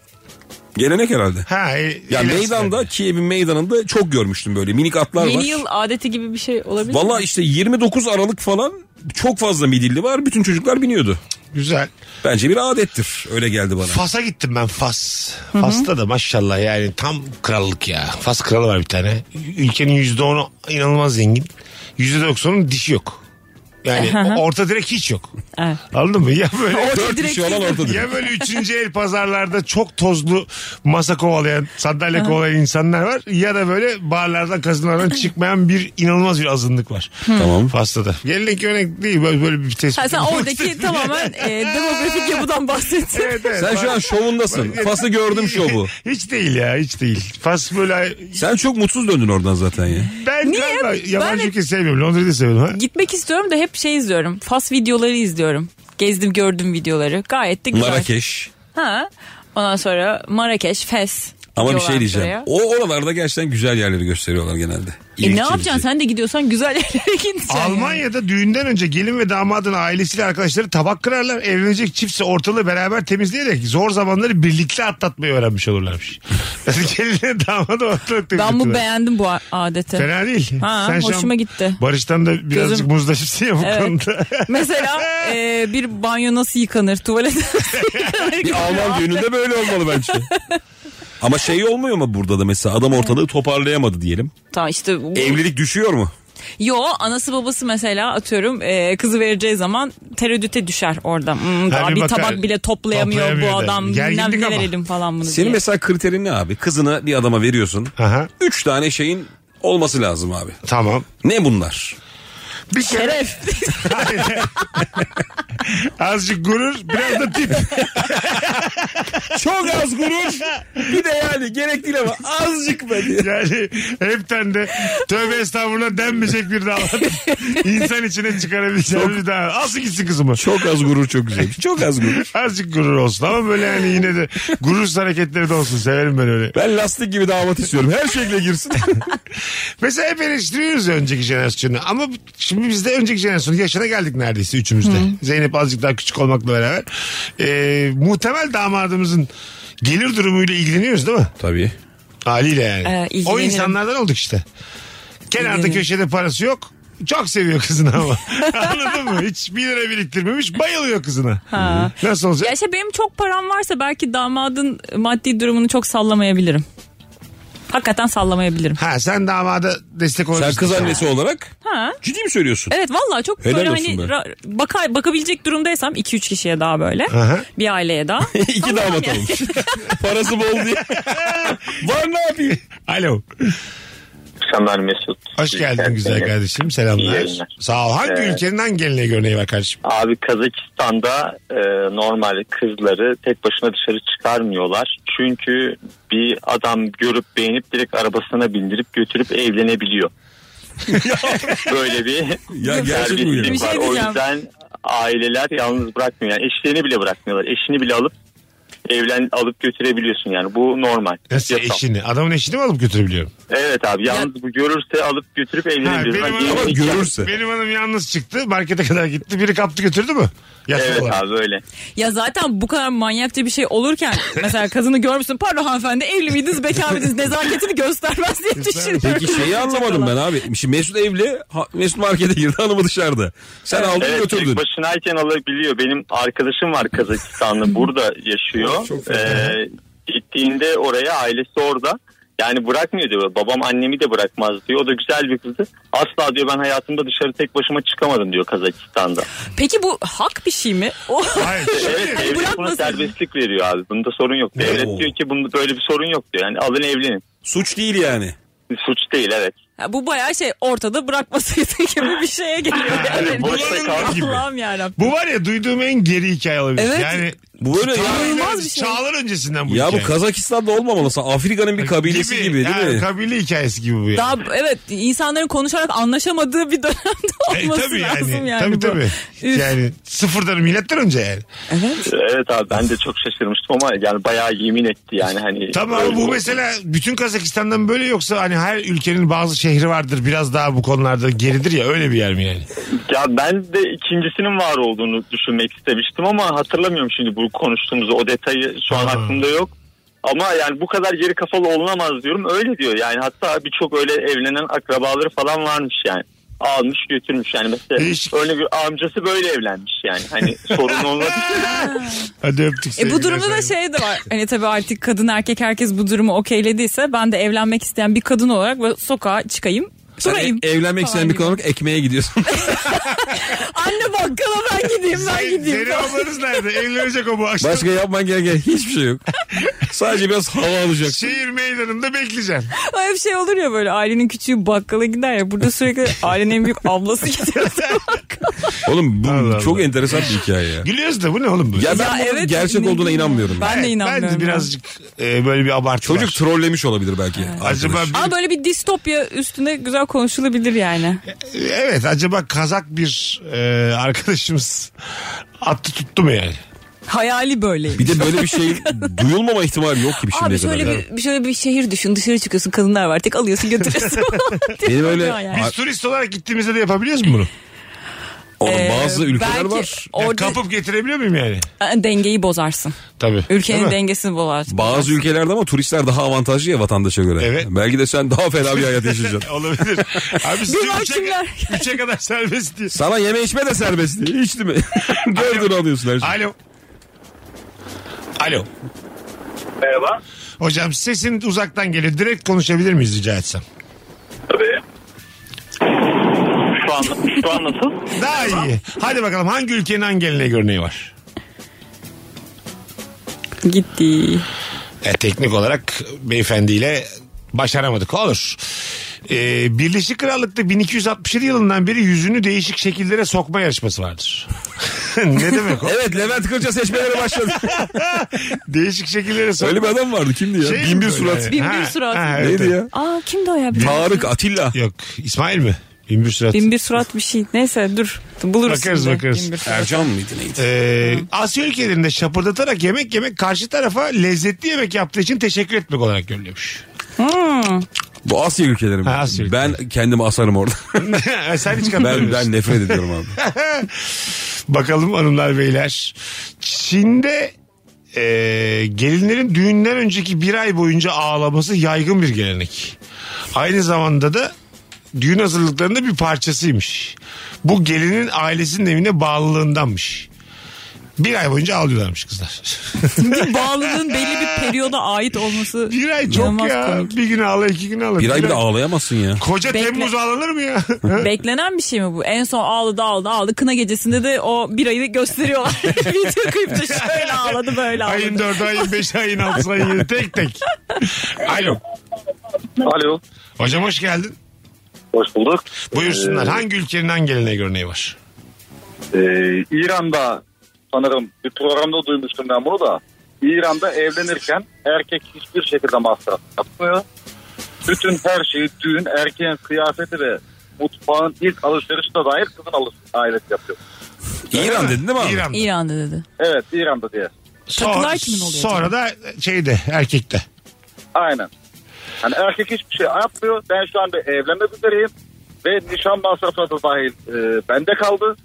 Gelenek herhalde. Ha, e, Ya eğlensin. meydanda Kiev'in meydanında çok görmüştüm böyle minik atlar var. Yeni yıl adeti gibi bir şey olabilir. mi? Valla işte 29 Aralık falan çok fazla midilli var. Bütün çocuklar biniyordu. Güzel. Bence bir adettir. Öyle geldi bana. Fas'a gittim ben Fas. Fas'ta da maşallah yani tam krallık ya. Fas kralı var bir tane. Ülkenin yüzde onu inanılmaz zengin. Yüzde doksanın dişi yok. Yani orta direk hiç yok. Evet. Anladın mı? Ya böyle Dört direkt kişi olan ortada. Ya böyle üçüncü el pazarlarda çok tozlu masa kovalayan, sandalye kovalayan insanlar var. Ya da böyle barlardan kazınlardan çıkmayan bir inanılmaz bir azınlık var. Tamam. Fasta da. Gelenek örnek değil böyle, böyle bir tespit. Ha, sen oradaki tamamen e, demografik yapıdan bahsettin. Evet, evet. Sen şu an şovundasın. Fas'ı gördüm şovu. Hiç değil ya hiç değil. Fas böyle Sen çok mutsuz döndün oradan zaten ya. ben Niye? galiba yabancı Ben- ülke sevmiyorum. Londra'yı da seviyorum. Ha? Gitmek istiyorum da hep şey izliyorum. Fas videoları izliyorum. Gezdim gördüm videoları. Gayet de güzel. Marrakeş. Ha. Ondan sonra Marrakeş, Fes. Ama bir gidiyorlar şey diyeceğim. şuraya. O oralarda gerçekten güzel yerleri gösteriyorlar genelde. şey. E İlgi ne çekici. yapacaksın sen de gidiyorsan güzel yerlere gideceksin. yani. Almanya'da düğünden önce gelin ve damadın ailesiyle arkadaşları tabak kırarlar. Evlenecek çiftse ortalığı beraber temizleyerek zor zamanları birlikte atlatmayı öğrenmiş olurlarmış. Yani gelinle damadı ortalık Ben bu temizletiyorlar. beğendim bu a- adeti. Fena değil. Ha, şu an hoşuma gitti. Barış'tan da birazcık Gözüm- muzdaşıpsın ya bu Evet. konuda. Mesela e, bir banyo nasıl yıkanır? Tuvalet nasıl yıkanır? Bir Alman düğününde böyle olmalı bence. Ama şey olmuyor mu burada da mesela adam ortalığı toparlayamadı diyelim. tamam işte bu- Evlilik düşüyor mu? Yo anası babası mesela atıyorum e, kızı vereceği zaman tereddüte düşer orada. Hmm, daha bir bir, bakar. tabak bile toplayamıyor, Toplayamıyor bu da. adam. Bilmem Gerginlik ne ama. verelim falan bunu Senin diye. mesela kriterin ne abi? Kızını bir adama veriyorsun. Aha, Üç tane şeyin olması lazım abi. tamam. Ne bunlar? Bir kere... Şeref. Hayır. Azıcık gurur biraz da tip. Çok az gurur. Bir de yani gerek değil ama azıcık be diye. Yani hepten de tövbe estağfurullah denmeyecek bir davat. İnsan içine çıkarabileceğim bir davat. Alsın gitsin kızımı. Çok az gurur çok güzel. Çok az gurur. Azıcık gurur olsun ama böyle yani yine de gurursuz hareketleri de olsun. Severim ben öyle. Ben lastik gibi damat istiyorum. Her şekle girsin. Mesela hep eleştiriyoruz ya önceki jenerasyonu ama şimdi biz de önceki jenerasyonun yaşına geldik neredeyse üçümüzde. Zeynep azıcık daha küçük olmakla beraber. Ee, muhtemel damadımızın gelir durumuyla ilgileniyoruz değil mi? Tabii. Haliyle yani. Ee, ilgilenirim. o insanlardan olduk işte. Kenarda İlgilenirim. köşede parası yok. Çok seviyor kızını ama. Anladın mı? Hiç bir lira biriktirmemiş. Bayılıyor kızına. Nasıl olacak? Ya işte benim çok param varsa belki damadın maddi durumunu çok sallamayabilirim. Hakikaten sallamayabilirim. Ha sen damada destek olursun. Sen kız annesi olarak Ha? ciddi mi söylüyorsun? Evet vallahi çok Helal böyle olsun hani be. ra- baka, bakabilecek durumdaysam 2-3 kişiye daha böyle. Aha. Bir aileye daha. İki damat yani. olmuş. Parası bol diye. Var ne yapayım? Alo. Akşamlar Mesut. Hoş geldin güzel kardeşim. İyi Selamlar. yayınlar. Sağ ol. Hangi Ee, ülkenin hangi geleneği örneği var kardeşim? Abi Kazakistan'da e, normal kızları tek başına dışarı çıkarmıyorlar. Çünkü bir adam görüp beğenip direkt arabasına bindirip götürüp evlenebiliyor. Böyle bir Ya gerçek bu ya. terbiyesizlik Bir şey var. o diyeceğim. yüzden aileler yalnız bırakmıyor. Yani eşlerini bile bırakmıyorlar. Eşini bile alıp evlen alıp götürebiliyorsun yani. Bu normal. Nasıl Yasal. eşini? Adamın eşini mi alıp götürebiliyorum? Evet abi yalnız bu görürse alıp götürüp evlenebiliyorsun. benim Hani adam- yeni Ama nikah- görürse. Benim hanım yalnız çıktı. Markete kadar gitti. Biri kaptı götürdü mü? Yasal Evet olarak. abi öyle. Ya zaten bu kadar manyakça bir şey olurken mesela kızını görmüşsün pardon hanımefendi evli miydiniz bekar mıydınız nezaketini göstermez diye düşünüyorum. Peki şeyi anlamadım ben abi. Şimdi Mesut evli. ha- Mesut markete girdi hanımı dışarıda. Sen aldın Evet götürdün. tek başınayken alabiliyor. Benim arkadaşım var Kazakistanlı burada yaşıyor. Ee, gittiğinde oraya ailesi orada. Yani bırakmıyor diyor. Babam annemi de bırakmaz diyor. O da güzel bir kızdı. Asla diyor ben hayatımda dışarı tek başıma çıkamadım diyor Kazakistan'da. Peki bu hak bir şey mi? O Hayır. Evet Hani devlet buna bırakmasın. serbestlik veriyor abi. Bunda sorun yok. Devlet şey Oo. diyor ki bunda böyle bir sorun yok diyor. Yani alın evlenin. Suç değil yani. Suç değil evet. Ya bu bayağı şey ortada bırakmasaydı gibi bir şeye geliyor. Yani boşta kal gibi. Allah'ım yarabbim. Bu var ya duyduğum en geri hikaye olabilir. Evet. Yani Bu böyle ya. İnanılmaz bir şey. Çağlar öncesinden bu Ya bu hikaye. Kazakistan'da olmamalı. Afrika'nın bir kabilesi gibi, değil yani mi? Kabile hikayesi gibi bu ya. Daha evet insanların konuşarak anlaşamadığı bir dönemde E, olması tabii lazım yani. tabii bu. tabii. Üf. Yani sıfırdan milattan önce yani. Evet abi ben de çok şaşırmıştım ama yani bayağı yemin etti yani hani. Tamam böyle ama bu oldu. mesela bütün Kazakistan'dan böyle yoksa hani her ülkenin bazı şehri vardır biraz daha bu konularda geridir ya öyle bir yer mi yani? Ya ben de ikincisinin var olduğunu düşünmek istemiştim ama hatırlamıyorum şimdi bu konuştuğumuz o detayı şu an Ha. aklımda yok. Ama yani bu kadar geri kafalı olunamaz diyorum. Öyle diyor yani hatta birçok öyle evlenen akrabaları falan varmış yani. Almış götürmüş yani mesela Değişik. örneğin bir amcası böyle evlenmiş yani hani sorun olmadı. Hadi öptük E bu sevgiler, durumda saygılar. da şey de var. Hani tabii artık kadın erkek herkes bu durumu okeylediyse ben de evlenmek isteyen bir kadın olarak böyle sokağa çıkayım. Sen Sorayım. ev- evlenmek isteyen bir Sorayım. kadın olarak ekmeğe gidiyorsun. Anne bakkala ben gideyim ben şey gideyim. Seni ablanız nerede? Evlenecek o bu akşam. Başka yapman gereken hiçbir şey yok. Sadece biraz hava alacaksın. Şehir meydanında bekleyeceğim. O hep şey olur ya böyle ailenin küçüğü bakkala gider ya. Burada sürekli ailenin en büyük ablası gidiyor. Oğlum bu Allah çok Allah. enteresan bir hikaye ya. Gülüyoruz da bu ne oğlum bu? Ya ben bunun evet, gerçek ne olduğuna bileyim. inanmıyorum. Ben de Evet, inanmıyorum. Ben de birazcık e, böyle bir abartı Çocuk var. trollemiş olabilir belki. Acaba Acaba bir- Ama böyle bir distopya üstüne güzel konuşulabilir yani. evet acaba kazak bir e, arkadaşımız attı tuttu mu yani? Hayali böyle. bir de böyle bir şey duyulmama ihtimali yok gibi şimdiye Abi kadar. şöyle bir, bir şöyle bir şehir düşün. Dışarı çıkıyorsun kadınlar var. Tek alıyorsun götürüyorsun. Benim öyle Yani. Biz Ar- turist olarak gittiğimizde de yapabiliyoruz mu bunu? Oğlum Ee, bazı ülkeler belki var. Yani Orada kapıp getirebiliyor muyum yani? dengeyi bozarsın. Tabii. Değil Ülkenin mi? dengesini bozarsın. Bazı ülkelerde ama turistler daha avantajlı ya vatandaşa göre. Evet. Belki de sen daha fena bir hayat yaşayacaksın. Olabilir. Abi sizi var üçe, kimler? üçe kadar serbest diyor. Sana yeme içme de serbest diye. İçti mi? Gördün alıyorsun her şeyi. Alo. Alo. Merhaba. Hocam sesin uzaktan geliyor. Direkt konuşabilir miyiz rica etsem? Tabii. şu an, şu an nasıl? Daha iyi. Hadi bakalım hangi ülkenin hangi geleneği örneği var? Gitti. E, teknik olarak beyefendiyle Başaramadık. Olur. Ee, Birleşik Krallık'ta 1267 yılından beri yüzünü değişik şekillere sokma yarışması vardır. ne demek o? Evet Levent Kırca seçmelere başladı. değişik şekillere sokma. Öyle bir adam vardı kimdi ya? Şey Bin mi bir böyle? surat. Bin bir surat. evet, Neydi evet. ya? Aa kimdi o ya? Bir- Tarık Atilla. Yok. İsmail mi? Bin bir surat. Bin bir surat bir şey. Neyse dur. Buluruz Bakarız, şimdi. bakarız. Bin bir surat. Ercan mıydı neydi? Ee, Asya ülkelerinde şapırdatarak yemek yemek karşı tarafa lezzetli yemek yaptığı için teşekkür etmek olarak görülüyormuş. Bu Asya ülkeleri mi? Ha, Asya ülkeleri. Ben kendimi asarım orada. Sen hiç ben, katılmıyorsun. ben nefret ediyorum abi. Bakalım hanımlar beyler. Çin'de e, gelinlerin düğünden önceki bir ay boyunca ağlaması yaygın bir gelenek. Aynı zamanda da düğün hazırlıklarında bir parçasıymış. Bu gelinin ailesinin evine bağlılığındanmış. Bir ay boyunca ağlıyorlarmış kızlar. Bir bağlılığın belli bir periyoda ait olması. bir ay çok inanılmaz ya. komik. Bir gün ağla iki gün ağla. Bir ay Bir bile ağlayamazsın ya. Koca Bekle. Temmuz ağlanır mı ya? Beklenen bir şey mi bu? En son ağladı ağladı ağladı. Kına gecesinde de o bir ayı gösteriyorlar. Video klipte şöyle ağladı böyle ağladı. ayın dördü, ayın beşi, ayın altısı, ayın yedi. Tek tek. Alo. Alo. Hocam hoş geldin. Hoş bulduk. Buyursunlar. Ee, Hangi ülkenin hangi geleneği görneği var? Ee, İran'da sanırım bir programda duymuştum ben bunu da. İran'da evlenirken erkek hiçbir şekilde masraf yapmıyor. Bütün her şeyi düğün, erkeğin kıyafeti ve mutfağın ilk alışverişine dair kızın alış ailesi yapıyor. İran dedin değil mi abi? İran'da. İran'da dedi. Evet İran'da diye. Sonra, Takılar kimin oluyor Sonra da şeyde erkekte. Aynen. Hani erkek hiçbir şey yapmıyor. Ben şu anda evlenmek üzereyim. Ve nişan masrafları da dahil e, bende kaldı.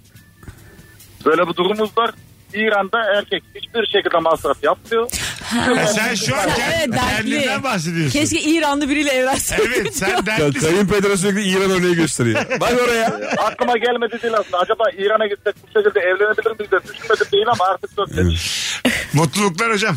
Böyle bir durumumuz var. İran'da erkek hiçbir şekilde masraf yapmıyor. Ha, sen şu an Sen- kend- evet, dertli. kendinden bahsediyorsun. Keşke İranlı biriyle evlense. Evet sen Ya dertlisin. kayınpedere sürekli İran örneği gösteriyor. Bak oraya. E, Aklıma gelmedi değil aslında. Acaba İran'a gitsek bu şekilde evlenebilir miyiz de düşünmedim değil ama artık çok geç. Mutluluklar hocam.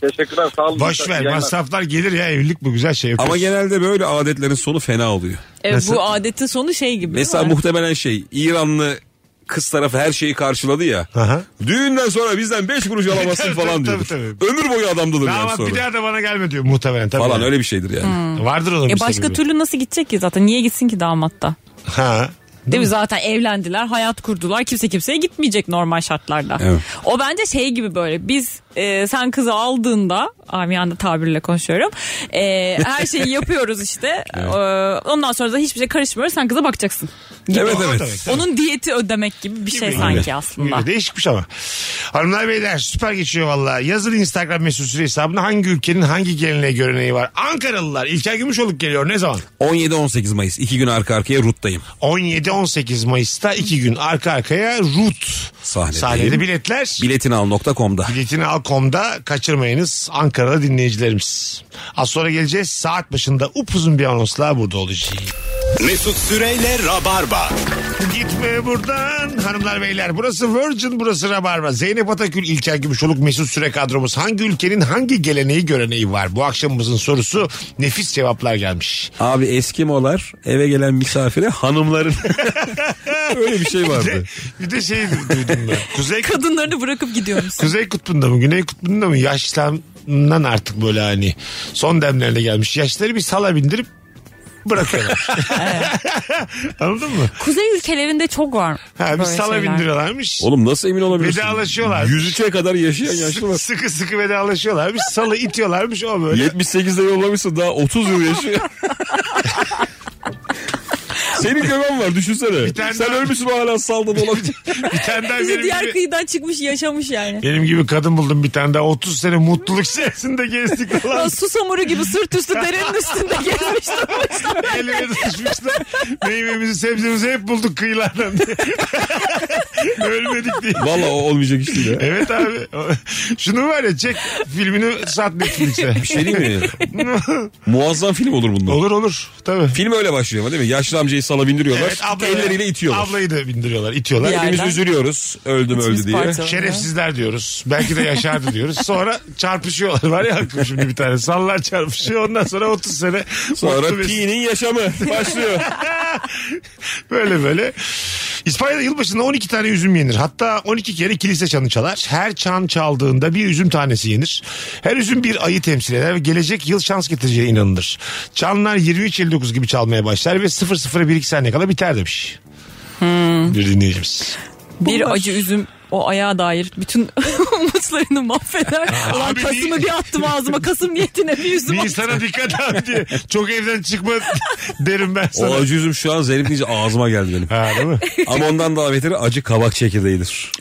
Teşekkürler sağ olun. Boş İyi ver yayınlar. masraflar gelir ya evlilik bu güzel şey. Ama genelde böyle adetlerin sonu fena oluyor. Evet, bu adetin sonu şey gibi. Mesela değil mi? muhtemelen şey İranlı kız tarafı her şeyi karşıladı ya. Aha. Düğünden sonra bizden 5 kuruş alamazsın Tabii, tabii, falan diyor. tabii, Ömür boyu adamdadır yani Damat sonra. bir daha da bana gelme diyor muhtemelen. Tabii Hmm. Falan öyle bir şeydir yani. Vardır onun bir E başka sebebi. türlü nasıl gidecek ki zaten? Niye gitsin ki damatta? Ha. Değil mi? Zaten evlendiler, hayat kurdular. Kimse kimseye gitmeyecek normal şartlarda. Evet. O bence şey gibi böyle. Biz e, sen kızı aldığında, amiyanda tabirle konuşuyorum. E, her şeyi yapıyoruz işte. E, ondan sonra da hiçbir şey karışmıyoruz. Sen kıza bakacaksın. Evet Doğru tabii, evet. tabii. Onun diyeti ödemek gibi bir şey sanki aslında. Öyle Değişikmiş ama. Hanımlar beyler süper geçiyor valla. Yazın Instagram mesut süre hesabına hangi ülkenin hangi geleneği göreneği var. Ankaralılar İlker Gümüşoluk geliyor ne zaman? 17-18 Mayıs. iki gün arka arkaya RUT'tayım. 17-18 Mayıs'ta iki gün arka arkaya Rut Sahnedeyim. sahnede biletler. Biletinal.com'da. Biletini Alkom'da kaçırmayınız Ankara'da dinleyicilerimiz. Az sonra geleceğiz saat başında upuzun bir anonsla burada olacağız. Mesut Süreyle Rabarba. Gitme buradan hanımlar beyler. Burası Virgin burası Rabarba. Zeynep Atakül, İlker Gümüşoluk, Mesut Süre kadromuz. Hangi ülkenin hangi geleneği göreneği var? Bu akşamımızın sorusu nefis cevaplar gelmiş. Abi Eskimolar eve gelen misafire hanımların öyle bir şey Bir de, vardı. bir de şey duydum ben. Kuzey, Kadınlarını bırakıp gidiyoruz. Kuzey Kutbu'nda mı Güney Kutbu'nda mı yaşlandan artık böyle hani son demlerine gelmiş. Yaşları bir sala bindirip bırakıyorlar. Anladın mı? Kuzey ülkelerinde çok var. Ha, bir böyle sala şeyler. bindiriyorlarmış. Oğlum nasıl emin olabilirsin? Vedalaşıyorlar. 103'e kadar yaşayan yaşlı var. Sıkı sıkı vedalaşıyorlarmış. Salı itiyorlarmış o böyle. 78'de yollamışsın daha 30 yıl yaşıyor. Senin gömen var düşünsene. tane Sen daha- ölmüşsün hala saldın olabilir. Bir tane daha Bizi benim diğer gibi- kıyıdan çıkmış yaşamış yani. Benim gibi kadın buldum bir tane daha 30 sene mutluluk içerisinde gezdik Ya falan. Su samuru gibi sırt üstü derenin üstünde gezmiş durmuşlar. Elime tutuşmuşlar. Meyvemizi sebzemizi hep bulduk kıyılardan diye. Ölmedik diye. Valla o olmayacak iş değil ya. Evet abi. Şunu var ya çek filmini sat Netflix'e. Bir şey değil mi? Muazzam film olur bundan. olur olur. Tabii. Film öyle başlıyor ama değil mi? Yaşlı amcayı sala bindiriyorlar. elleriyle itiyorlar. Ablayı da bindiriyorlar. itiyorlar. Ya. Hepimiz Yerden. üzülüyoruz. Öldüm öldü İçimiz diye. parçalanıyor. Şerefsizler diyoruz. Belki de yaşardı diyoruz. Sonra çarpışıyorlar. Var ya hakkım şimdi bir tane. Sallar çarpışıyor. Ondan sonra 30 sene Sonra mutlu mesut. Pi'nin yaşamı başlıyor. böyle böyle. İspanya'da yılbaşında 12 tane üzüm yenir. Hatta 12 kere kilise çanı çalar. Her çan çaldığında bir üzüm tanesi yenir. Her üzüm bir ayı temsil eder ve gelecek yıl şans getireceğine inanılır. Çanlar 23-59 gibi çalmaya başlar ve 0-0'a 1-2 saniye kala biter demiş. Hmm. Bir dinleyicimiz. Bir acı üzüm o ayağa dair bütün umutlarını mahveder. Ulan Abi kasımı niye- bir attım ağzıma kasım niyetine bir Bir üzüm attım. insana dikkat abi diye. Çok evden çıkma derim ben O sana. acı üzüm şu an zerif deyince ağzıma geldi benim. Ha, değil mi? Ama ondan daha beteri acı kabak çekirdeğidir.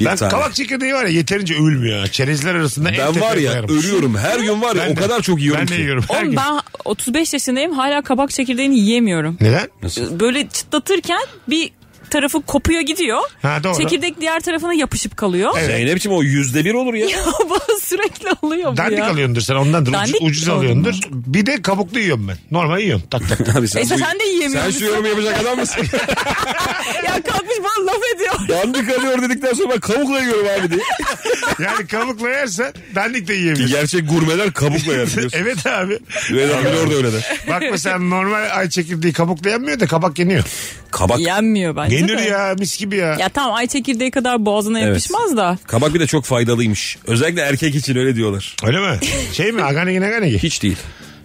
Bir ben tane. kavak çekirdeği var ya yeterince ölmüyor. ha. Çerezler arasında en Ben tepeye var ya koyarım. ölüyorum her gün var ya Ben o de- kadar çok yiyorum Ben ki. de yiyorum. Her Oğlum gün. ben 35 yaşındayım hala kabak çekirdeğini yiyemiyorum. Neden? Böyle çıtlatırken bir tarafı kopuyor gidiyor. Ha, doğru. Çekirdek diğer tarafına yapışıp kalıyor. Evet. Zeynep'ciğim o yüzde bir olur ya. Bana sürekli alıyor bu E- Dandik ya. alıyordur sen ondandır. Ucuz- Dandik ucuz mi oldu alıyordur. Bir de kabuklu yiyorum ben. Normal yiyorum. Tak tak. Abi sen, E sen- bu- sen de yiyemiyorsun. Sen şu yorumu yapacak adam mısın? Ya kalkmış bana laf ediyor. Dandik alıyor dedikten sonra ben kavukla yiyorum abi diye. yani kabukla yersen dandik de Ki yiyebilirsin. gerçek gurmeler kabukla yer biliyorsun. evet abi. Vedat Bilor orada öyle der. Bak mesela normal ay çekirdeği kabukla yenmiyor da kabak yeniyor. Kabak. Yenmiyor bence Yenir de. ya mis gibi ya. Ya tamam ay çekirdeği kadar boğazına Evet. yapışmaz da. Kabak bir de çok faydalıymış. Özellikle erkek için öyle diyorlar. Öyle mi? Şey mi? Aganegi naganegi. Hiç değil.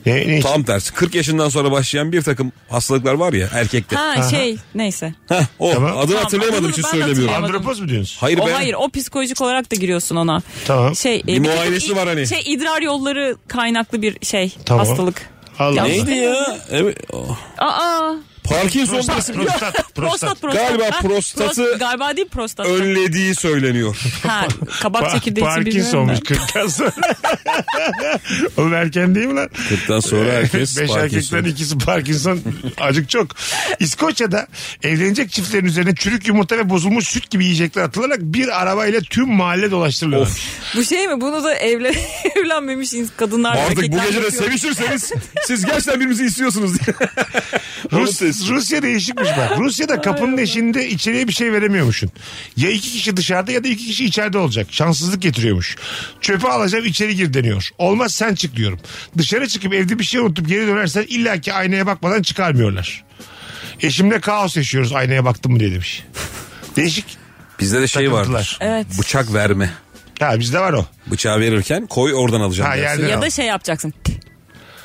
Ne, ne? Tam tersi. 40 yaşından sonra başlayan bir takım hastalıklar var ya erkekte. Ha şey neyse. Heh, o Tamam. adını Tamam, hatırlayamadığım adını için ben söylemiyorum. hatırlayamadım. Andropoz mu diyorsun? Hayır o be. hayır o psikolojik olarak da giriyorsun ona. Tamam. Şey, e, Bir takım muayenesi i- var hani. Şey idrar yolları kaynaklı bir şey Tamam. hastalık. Allah Allah. Neydi ya? Evet. o. Aa Parkinson Prostat, birisi- prostat, prostat. prostat prostat. Galiba Ha, prostatı- prost- galiba değil prostat. önlediği söyleniyor. Ha, kabak Pa- çekirdeği için bilmiyorum. Parkinson'muş ben. 40'tan sonra. Oğlum erken değil mi lan? 40'tan sonra herkes Ee, Beş Parkinson. erkekten ikisi Parkinson. Acık çok. İskoçya'da evlenecek çiftlerin üzerine çürük yumurta ve bozulmuş süt gibi yiyecekler atılarak bir arabayla tüm mahalle dolaştırılıyor. Bu şey mi? Bunu da evlen evlenmemiş ins- kadınlar ve Artık bu erkekler gece de yapıyor. sevişirseniz siz gerçekten birbirinizi istiyorsunuz diye. Rus, Rusya değişikmiş bak. Rusya'da kapının eşiğinde içeriye bir şey veremiyormuşsun. Ya iki kişi dışarıda ya da iki kişi içeride olacak. Şanssızlık getiriyormuş. Çöpe alacağım içeri gir deniyor. Olmaz sen çık diyorum. Dışarı çıkıp evde bir şey unutup geri dönersen illaki aynaya bakmadan çıkarmıyorlar. Eşimle kaos yaşıyoruz aynaya baktım mı diye demiş. Değişik. Bizde de şey Takıntılar. vardır. Evet. Bıçak verme. Ha bizde var o. Bıçağı verirken koy oradan Ha, alacaksın. dersin. yerden Ya al. da şey yapacaksın.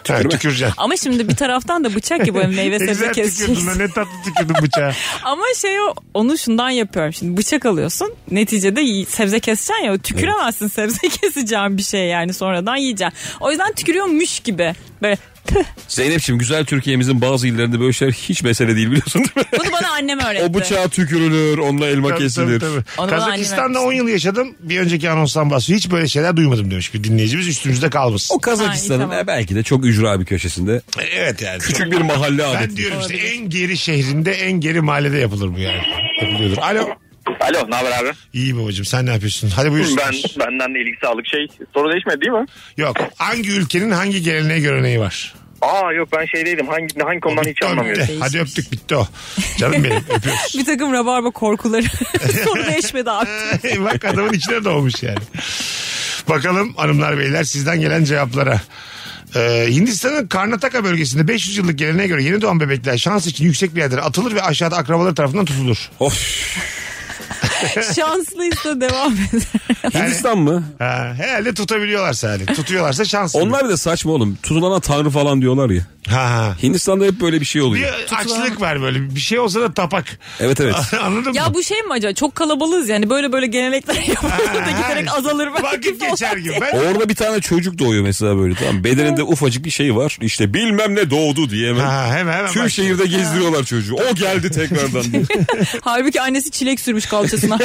Ha, tüküreceksin. Ama şimdi bir taraftan da bıçak gibi böyle meyve Ne sebze güzel tükürdün lan, keseceksin. ne tatlı tükürdün bıçağı. Ama şey o, onu şundan yapıyorum. Şimdi bıçak alıyorsun. Neticede yi- sebze keseceksin ya. Tüküremezsin sebze keseceğin bir şey yani sonradan yiyeceksin. O yüzden tükürüyormuş gibi. Böyle "Tüh." Zeynep'ciğim güzel Türkiye'mizin bazı illerinde böyle şeyler hiç mesele değil biliyorsun değil mi? bunu bana annem öğretti. o bıçağa tükürülür, onunla elma Tabii, kesilir. tabii, tabii. Onu bana Kazakistan'da annem 10 yıl yaşadım. Bir önceki anonstan bahsediyor. Hiç böyle şeyler duymadım demiş bir dinleyicimiz. Üstümüzde kalmasın. O Kazakistan'ın Ha, iyi, tamam. e, belki de çok ücra bir köşesinde. Evet yani. Küçük bir mahalle Ben adeti. diyorum işte en geri şehrinde en geri mahallede yapılır bu yani. Yapılıyordur. Alo. Alo ne haber abi? İyi babacığım sen ne yapıyorsun? Hadi buyursun. Ben, benden de ilgi sağlık şey soru değişmedi değil mi? Yok. Hangi ülkenin hangi geleneğe göreneği var? Aa yok ben şeydeydim hangi hangi konudan hiç Bitti o, anlamıyorum. bitti. Hadi öptük bitti o. Canım benim öpüyoruz. bir takım rabarba korkuları. Soru değişmedi abi. Bak adamın içine doğmuş yani. Bakalım hanımlar beyler sizden gelen cevaplara. Ee, Hindistan'ın Karnataka bölgesinde 500 yıllık geleneğe göre yeni doğan bebekler şans için yüksek bir yerlere atılır ve aşağıda akrabaları tarafından tutulur. Of. Şanslıysa devam et. Hindistan mı? Ha, herhalde tutabiliyorlarsa yani. Tutuyorlarsa şans. Onlar bir de saçma oğlum. Tutulana tanrı falan diyorlar ya. Ha, ha. Hindistan'da hep böyle bir şey Bir Ah, oluyor. açlık var böyle. Bir şey olsa da tapak. Evet evet. Anladın mı? Ya bu şey mi acaba? Çok kalabalığız yani. Böyle böyle gelenekler yapılır da Ha, giderek azalır. belki Vakit falan. geçer gibi. Ben Orada bir tane çocuk doğuyor mesela böyle tamam. Bedeninde ufacık bir şey var. İşte bilmem ne doğdu diye hemen. Ha, hemen hemen. Tüm bak. şehirde gezdiriyorlar çocuğu. O geldi tekrardan diye. Halbuki annesi çilek sürmüş kalçasına.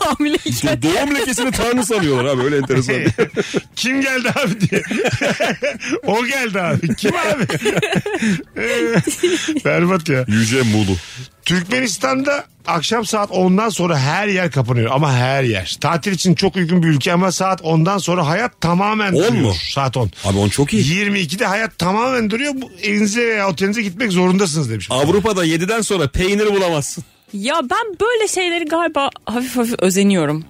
Hamileyken. Do- Doğum lekesini tanrı sanıyorlar abi öyle enteresan. Kim geldi abi diye. o geldi abi. Kim abi? Berbat ya. Yüce Mulu. Türkmenistan'da akşam saat 10'dan sonra her yer kapanıyor ama her yer. Tatil için çok uygun bir ülke ama saat 10'dan sonra hayat tamamen 10 duruyor. mu? Saat 10. Abi on çok iyi. 22'de hayat tamamen duruyor. Bu, evinize veya otelinize gitmek zorundasınız demiş. Avrupa'da 7'den sonra peynir bulamazsın. Ya ben böyle şeyleri galiba hafif hafif özeniyorum.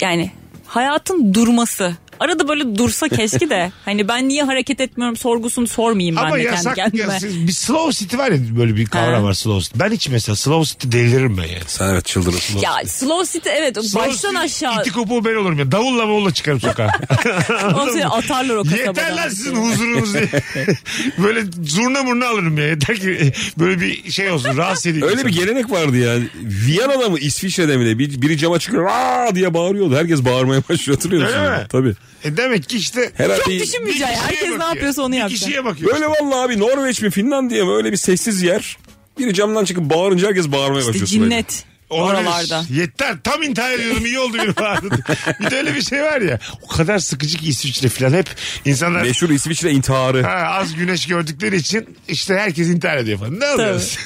Yani hayatın durması. Arada böyle dursa keşke de. Hani ben niye hareket etmiyorum sorgusunu sormayayım ben Ama de kendi yasak kendime. yasak. Bir slow city var ya böyle bir kavram Ha. var slow city. Ben hiç mesela slow city deliririm ben yani. Sen evet çıldırırsın. Ya slow city evet o Slow baştan city aşağı. İti kopuğu ben olurum ya. Davulla mavulla çıkarım sokağa. Ondan sonra atarlar o kasabadan. Yeter lan sizin huzurunuz diye. böyle zurna murna alırım ya. Yeter ki böyle bir şey olsun rahatsız edeyim. Öyle bir insanı. gelenek vardı yani. Viyana'da mı İsviçre'de mi ne? Bir, biri cama çıkıyor "Aa!" diye bağırıyordu. Herkes bağırmaya başlıyor hatırlıyor musun? Öyle mi? Tabii. E demek ki işte Herhalde Çok düşünmeyeceksin. kişiye Herkes ne bakıyor. yapıyorsa onu bir yapacak. kişiye bakıyor. Böyle vallahi abi Norveç mi Finlandiya mı öyle bir sessiz yer. Biri camdan çıkıp bağırınca herkes bağırmaya İşte başlıyor. sırayla. cinnet. Olabilir. Oralarda. Yeter tam intihar ediyordum iyi oldu bir vardı. bir de öyle bir şey var ya. O kadar sıkıcı ki İsviçre falan hep insanlar Meşhur İsviçre intiharı. ha, az güneş gördükleri için işte herkes intihar ediyor falan. Ne alıyoruz?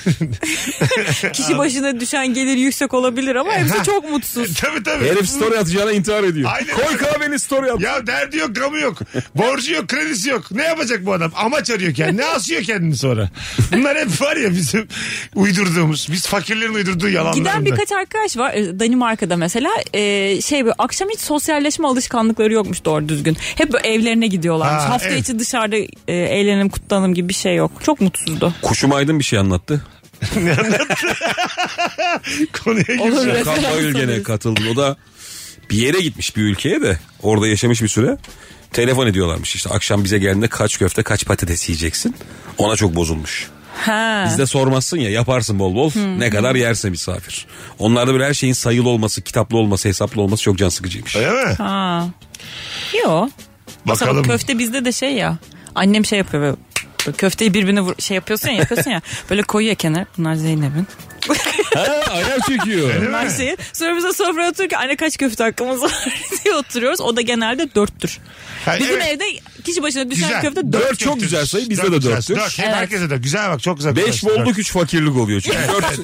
Kişi başına düşen gelir yüksek olabilir ama E, hepsi çok mutsuz. tabii tabii. Herif story atacağına intihar ediyor. Aynen. Koy kahveni story at. Ya derdi yok, gamı yok. Borcu yok, kredisi yok. Ne yapacak bu adam? Amaç arıyor kendini. Ne asıyor kendini sonra? Bunlar hep var ya bizim uydurduğumuz. Biz fakirlerin uydurduğu yalanlarından. Giden birkaç arkadaş var e, Danimarka'da mesela e, şey böyle akşam hiç sosyalleşme alışkanlıkları yokmuş doğru düzgün. Hep böyle evlerine gidiyorlarmış. Ha, Hafta evet. içi dışarıda e, eğlenelim kutlanalım gibi bir şey yok. Çok mutsuzdu. Kuşum Aydın bir şey anlattı. konuya girmiş. Olur. Referans Kapagül gene alırız. katıldı. O da bir yere gitmiş bir ülkeye de orada yaşamış bir süre. Telefon ediyorlarmış işte akşam bize geldiğinde kaç köfte kaç patates yiyeceksin. Ona çok bozulmuş. Ha. Bizde sormazsın ya yaparsın bol bol ne kadar yerse misafir. Onlarda böyle her şeyin sayılı olması kitaplı olması hesaplı olması çok can sıkıcıymış. Öyle mi? Ha. Yo. Mesela Bakalım. köfte bizde de şey ya. Annem şey yapıyor böyle, böyle köfteyi birbirine vur, şey yapıyorsun ya yapıyorsun ya. Böyle koyuyor kenar. Bunlar Zeynep'in. Ha, ayar çekiyor. Bunlar şeyi. Sonra bize sofraya oturuyor ki anne kaç köfte hakkımız var diye oturuyoruz. O da genelde dörttür. Ha, Bizim E, evet. evde kişi başına düşen Güzel. köfte dört. Dört çok güzel sayı bizde de Dört güzel. dörttür. Dört. Hep Evet. herkese dört. Güzel bak çok güzel. Beş Dört. bolluk üç fakirlik oluyor çünkü. Dört.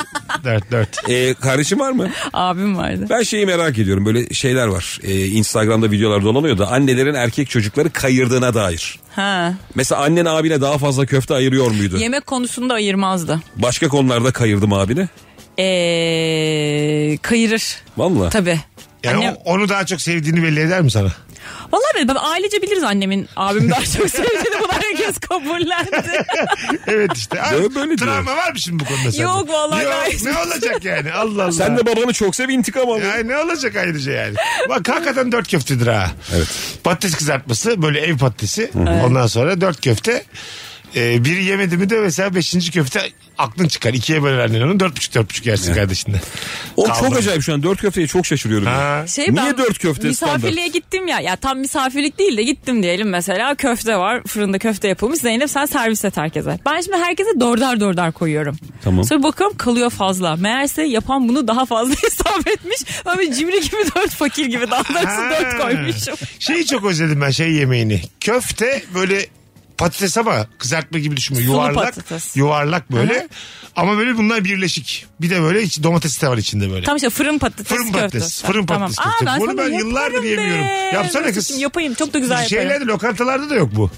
Dört dört. Ee, kardeşim var mı? Abim vardı. Ben şeyi merak ediyorum böyle şeyler var. Ee, Instagram'da videolar dolanıyor da annelerin erkek çocukları kayırdığına dair. Ha. Mesela annen abine daha fazla köfte ayırıyor muydu? Yemek konusunda ayırmazdı. Başka konularda kayırdım abine. Ee, kayırır. Valla. Tabii. Yani Annem- o- onu daha çok sevdiğini belli eder mi sana? Vallahi ben, ben ailece biliriz annemin abim daha çok sevdiğini bunu herkes kabullendi. Evet işte. Ay, Böyle diyor. travma var mı şimdi bu konuda sende? Yok vallahi Yok, gayet- Ne olacak yani Allah Allah. Sen de babanı çok sev intikam al. Ya ne olacak ayrıca yani. Bak hakikaten dört köftedir ha. Evet. Patates kızartması böyle ev patatesi. Ondan sonra dört köfte. Ee, biri yemedi mi de mesela beşinci köfte aklın çıkar. İkiye böler annen onu dört buçuk dört buçuk yersin kardeşinden. O Kaldırın. çok acayip şu an dört köfteye çok şaşırıyorum. ya. Ha. Şey Niye dört köfte Misafirliğe standart? gittim ya. Ya tam misafirlik değil de gittim diyelim mesela köfte var. Fırında köfte yapılmış. Zeynep sen servis et herkese. Ben şimdi herkese dördar dördar koyuyorum. Tamam. Sonra bakıyorum kalıyor fazla. Meğerse yapan bunu daha fazla hesap etmiş. Ben bir cimri gibi dört fakir gibi daha doğrusu Ha. dört koymuşum. Şeyi çok özledim ben şey yemeğini. Köfte böyle patates ama kızartma gibi düşünme. Sulu Yuvarlak. patates. Yuvarlak böyle. Aha. Ama böyle bunlar birleşik. Bir de böyle iç, domates de var içinde böyle. Tam işte fırın patates Fırın köfte. patates, fırın patates Aa, köfte. Bunu sana ben yaparım yıllardır be. yemiyorum. Yapsana kız. Mesut'cum Yapayım çok da güzel yaparım. Şeylerde lokantalarda da yok bu.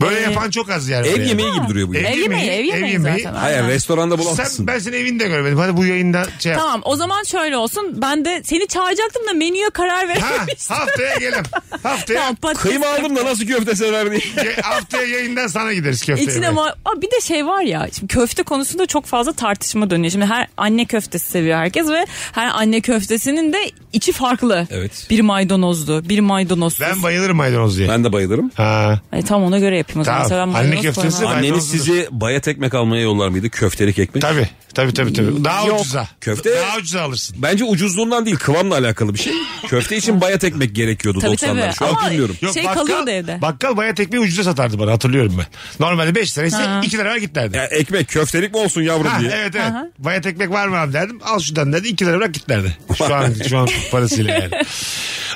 Böyle Ee, yapan çok az yani. Ev Böyle. yemeği gibi duruyor bu. ya. Ev yemeği, ev yemeği, zaten. Hayır Aynen. restoranda Sen, bulamazsın. ben seni evinde görmedim. Hadi bu yayında şey yap. Tamam o zaman şöyle olsun. Ben de seni çağıracaktım da menüye karar Ha, e, verememiştim. haftaya gelin. Haftaya Tamam, patates Kıyma aldım da nasıl köfte sever diye. ge- haftaya yayından sana gideriz köfte İçine yemeye. ma- Aa, bir de şey var ya şimdi köfte konusunda çok fazla tartışma dönüyor. Şimdi her anne köftesi seviyor herkes ve her anne köftesinin de içi farklı. Evet. Bir maydanozlu, bir maydanozsuz. Ben bayılırım maydanoz diye. Ben de bayılırım. Ha. Ay, tam ona göre yapayım o Tamam. zaman. Mesela ben Anne maydanoz köftesi koymam. var. Anneniz Maydanozlu. sizi bayat ekmek almaya yollar mıydı? Köftelik ekmek. Tabii. Tabii tabii tabii. Daha ucuza. Köfte- Daha ucuza alırsın. Bence ucuzluğundan değil kıvamla alakalı bir şey. Köfte için bayat ekmek gerekiyordu Tabii, 90'lar. Şu tabii. an Ama- bilmiyorum. Şey kalıyordu evde. Bakkal bayat ekmeği ucuza satardı bana hatırlıyorum ben. Normalde 5 liraysa Ha. 2 lira ver git derdi. Ya ekmek köftelik mi olsun yavrum Ha, diye. evet evet. Bayat ekmek var mı abi derdim. Al şuradan derdi. 2 lira bırak git derdi. Şu an, şu an parasıyla yani.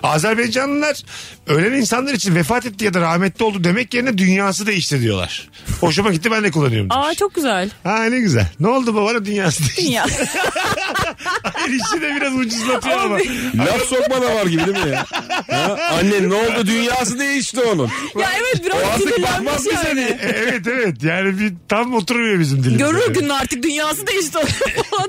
Azerbaycanlılar ölen insanlar için vefat etti ya da rahmetli oldu demek yerine dünyası değişti diyorlar. Hoşuma gitti ben de kullanıyorum. Aa demiş. çok güzel. Ha ne güzel. Ne oldu babana dünyası değişti. Ya. Her işi de biraz ucuzlatıyor ama. E, Laf sokma da var gibi değil mi ya? Ha? Anne ne oldu dünyası değişti onun. ya evet O biraz artık sinirlenmiş bakmaz bize yani. diye. E, evet evet yani bir tam oturmuyor bizim dilimiz. Görür Yani. gün artık dünyası değişti o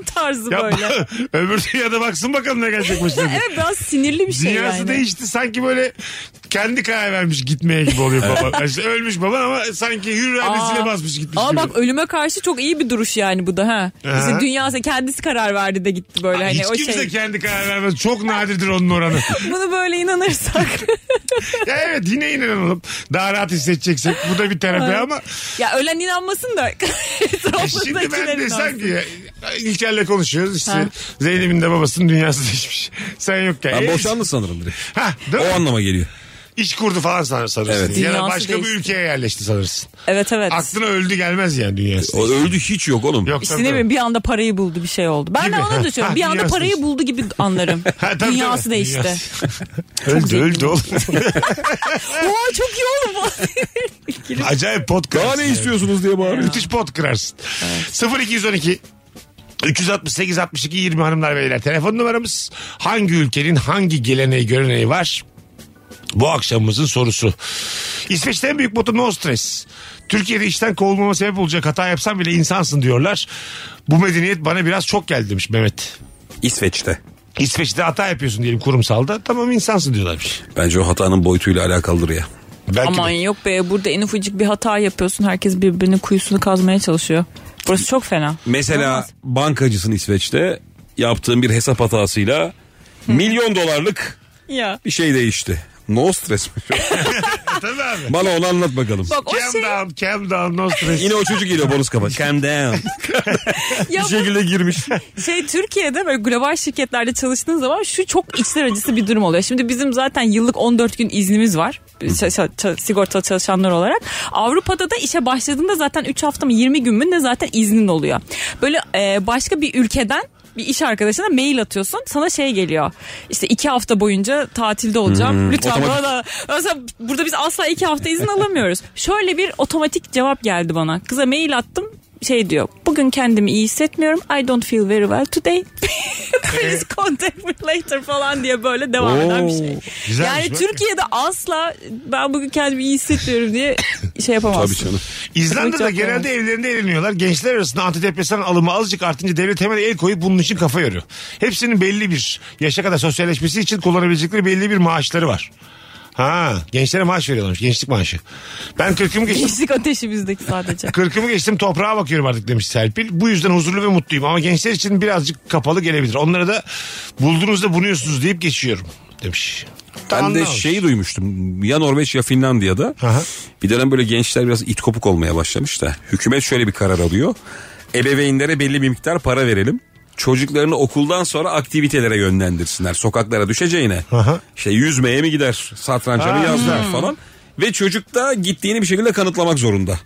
tarzı Ya, böyle. öbür dünyada baksın bakalım ne gelecek başına. evet biraz sinirli bir şey Dünyası Kafası değişti sanki böyle kendi karar vermiş gitmeye gibi oluyor baba. Yani işte ölmüş baban ama sanki hür iradesiyle Aa. basmış gitmiş Ama gibi. bak ölüme karşı çok iyi bir duruş yani bu da ha. Aha. İşte dünyası kendisi karar verdi de gitti böyle hani Hiç o kimse şey. kendi karar vermez. Çok nadirdir onun oranı. Bunu böyle inanırsak. Ya evet yine inanalım. Daha rahat hissedeceksek. Bu da bir terapi ama. ya ölen inanmasın da E, Şimdi ben etrafındakiler desem inansın. ki İlker'le konuşuyoruz işte Ha. Zeynep'in de babasının dünyası değişmiş. Sen yokken. Ben E, boşandı sanırım direkt. Ha, değil mi? O anlama geliyor. İş kurdu falan san- sanırsın. Evet. Ya da Dünyası başka bir değişti. ülkeye yerleşti sanırsın. Evet evet. Aklına öldü gelmez yani dünyası. O öldü hiç yok oğlum. Yok İşte tabii, ne tabii. bileyim bir anda parayı buldu bir şey oldu. Ben Gibi. de Ha, ona ha, düşünüyorum. Bir anda dünyası parayı değişti. buldu gibi anlarım. Ha, tabii, dünyası tabii. değişti. Dünyası. öldü öldü oğlum. Oo çok iyi oldu bu. Acayip pot Daha kırarsın. ne yani. istiyorsunuz diye bağırıyor. Müthiş pot kırarsın. 0212 368 62 20 hanımlar beyler telefon numaramız hangi ülkenin hangi geleneği göreneği var bu akşamımızın sorusu İsveç'te en büyük moto no stress Türkiye'de işten kovulmama sebep olacak hata yapsam bile insansın diyorlar bu medeniyet bana biraz çok geldi demiş Mehmet İsveç'te. İsveç'te hata yapıyorsun diyelim kurumsalda tamam insansın diyorlarmış Bence o hatanın boyutuyla alakalıdır ya. Belki de. Aman yok be burada en ufacık bir hata yapıyorsun. Herkes birbirinin kuyusunu kazmaya çalışıyor. Burası çok fena. Mesela İnanılmaz. bankacısın İsveç'te. Yaptığın bir hesap hatasıyla milyon dolarlık Ya. bir şey değişti. No stress mi? Tabii abi. Bana onu anlat bakalım. Bak o Calm şey down, calm down, no stress. Yine o çocuk geliyor bonus kafa. Calm down. ya bir şekilde girmiş. bu şey Türkiye'de böyle global şirketlerde çalıştığın zaman şu çok içler acısı bir durum oluyor. Şimdi bizim zaten yıllık 14 gün iznimiz var. Ç- ç- ç- sigortalı çalışanlar olarak. Avrupa'da da işe başladığında zaten 3 hafta mı 20 gün mü ne zaten iznin oluyor. Böyle e, başka bir ülkeden bir iş arkadaşına mail atıyorsun. Sana şey geliyor. İşte iki hafta boyunca tatilde olacağım. Lütfen Hmm, otomatik- bana da. Mesela burada biz asla iki hafta izin alamıyoruz. Şöyle bir otomatik cevap geldi bana. Kıza mail attım. Şey diyor. Bugün kendimi iyi hissetmiyorum. I don't feel very well today. Please Ee? contact me later falan diye böyle devam eden bir şey. Güzelmiş yani bak. Türkiye'de asla ben bugün kendimi iyi hissetmiyorum diye şey yapamazsın. Tabii canım. İzlanda'da Çok genelde evlerinde eğleniyorlar. Gençler arasında antidepresan alımı azıcık artınca devlet hemen el koyup bunun için kafa yoruyor. Hepsinin belli bir yaşa kadar sosyalleşmesi için kullanabilecekleri belli bir maaşları var. Ha, gençlere maaş veriyorlarmış. Gençlik maaşı. Ben kırkımı geçtim. Gençlik ateşi bizdeki sadece. Kırkımı geçtim toprağa bakıyorum artık demiş Serpil. Bu yüzden huzurlu ve mutluyum ama gençler için birazcık kapalı gelebilir. Onlara da bulduğunuzda bunuyorsunuz deyip geçiyorum demiş. Ben de şey- Anlamadım. şeyi duymuştum. Ya Norveç ya Finlandiya'da. Aha. Bir dönem böyle gençler biraz it kopuk olmaya başlamış da. Hükümet şöyle bir karar alıyor. Ebeveynlere belli bir miktar para verelim. Çocuklarını okuldan sonra aktivitelere yönlendirsinler. Sokaklara düşeceğine. Aha. İşte yüzmeye mi gider, satranca mı Ha. yazlar falan. Ve çocuk da gittiğini bir şekilde kanıtlamak zorunda.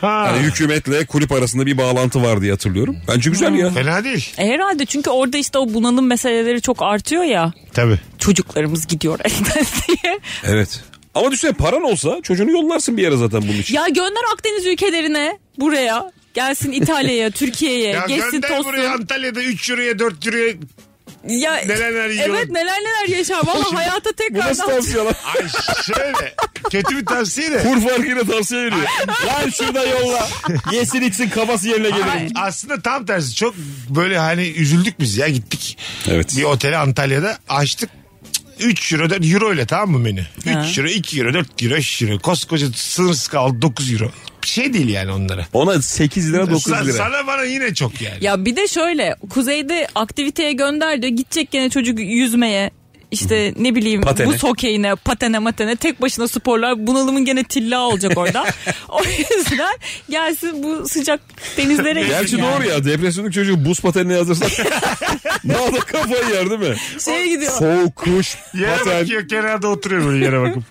Ha. Yani hükümetle kulüp arasında bir bağlantı var diye hatırlıyorum. Bence güzel ya. Fena değil. E herhalde çünkü orada işte o bunalım meseleleri çok artıyor ya. Tabii. Çocuklarımız gidiyor elden diye. Evet. Ama düşünsene paran olsa çocuğunu yollarsın bir yere zaten bunun için. Ya gönder Akdeniz ülkelerine buraya. Gelsin İtalya'ya, Türkiye'ye, Ya E, geçsin gönder tozsun. buraya Antalya'da 3 euroya 4 euroya Ya, Neler neler yiyorlar. Evet neler neler yaşar. Valla hayata Bu nasıl tekrardan. tavsiye lan? Ay şöyle. Kötü bir tavsiye de. Kur farkıyla tavsiye veriyor. lan şurada yolla. Yesin içsin kafası yerine gelir. Aslında tam tersi çok böyle hani üzüldük biz ya gittik. Evet. Bir otele Antalya'da açtık. 3 euro 4 euro ile tamam mı menü? 3 euro 2 euro 4 euro 5 euro koskoca sınırsız kaldı 9 euro. Bir şey değil yani onlara. Ona 8 lira 9 Sa- lira. Sana bana yine çok yani. Ya bir de şöyle kuzeyde aktiviteye gönder diyor. Gidecek gene çocuk yüzmeye. işte ne bileyim Patene. buz hokeyine, patene matene tek başına sporlar bunalımın gene tilla olacak orada. o yüzden gelsin bu sıcak denizlere gitsin Gerçi yani. doğru ya depresyonluk çocuğu buz patenine yazdırsak daha da kafayı yer değil mi? Şeye gidiyor. Soğuk kuş Yere paten bakıyor kenarda oturuyor böyle yere bakıp.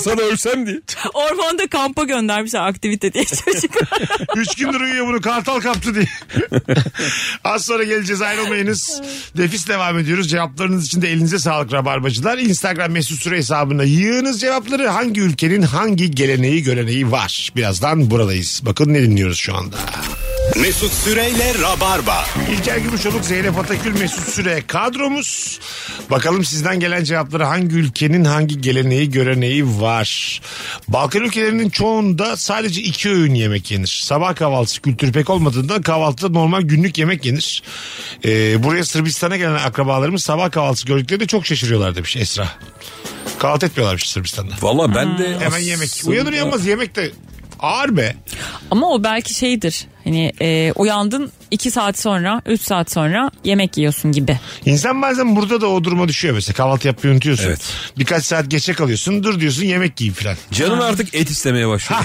sana ölsem diye. Ormanda kampa göndermişler aktivite diye çocuklar. Üç gündür uyuyor bunu kartal kaptı diye. Az sonra geleceğiz ayrılmayınız. Nefis devam ediyoruz. Cevaplarınız için de elinize sağlık rabarbacılar. Instagram mesut süre hesabına yığınız cevapları. Hangi ülkenin hangi geleneği göreneği var? Birazdan buradayız. Bakın ne dinliyoruz şu anda. Mesut Süreyle Rabarba. İlker Gümüşoluk, Zeynep Atakül, Mesut Süre kadromuz. Bakalım sizden gelen cevapları hangi ülkenin hangi geleneği, göreneği var? Balkan ülkelerinin çoğunda sadece iki öğün yemek yenir. Sabah kahvaltısı kültürü pek olmadığından kahvaltıda normal günlük yemek yenir. Ee, buraya Sırbistan'a gelen akrabalarımız sabah kahvaltısı gördüklerinde çok şaşırıyorlar demiş Esra. Kahvaltı etmiyorlarmış Sırbistan'da. Valla ben de Hemen yemek. Uyanır uyanmaz yemek de ağır be. Ama o belki şeydir. Hani e, uyandın 2 saat sonra 3 saat sonra yemek yiyorsun gibi. İnsan bazen burada da o duruma düşüyor mesela. Kahvaltı yapmayı unutuyorsun. Evet. Birkaç saat geçe kalıyorsun. Dur diyorsun yemek yiyeyim falan. Canım artık et istemeye başladı.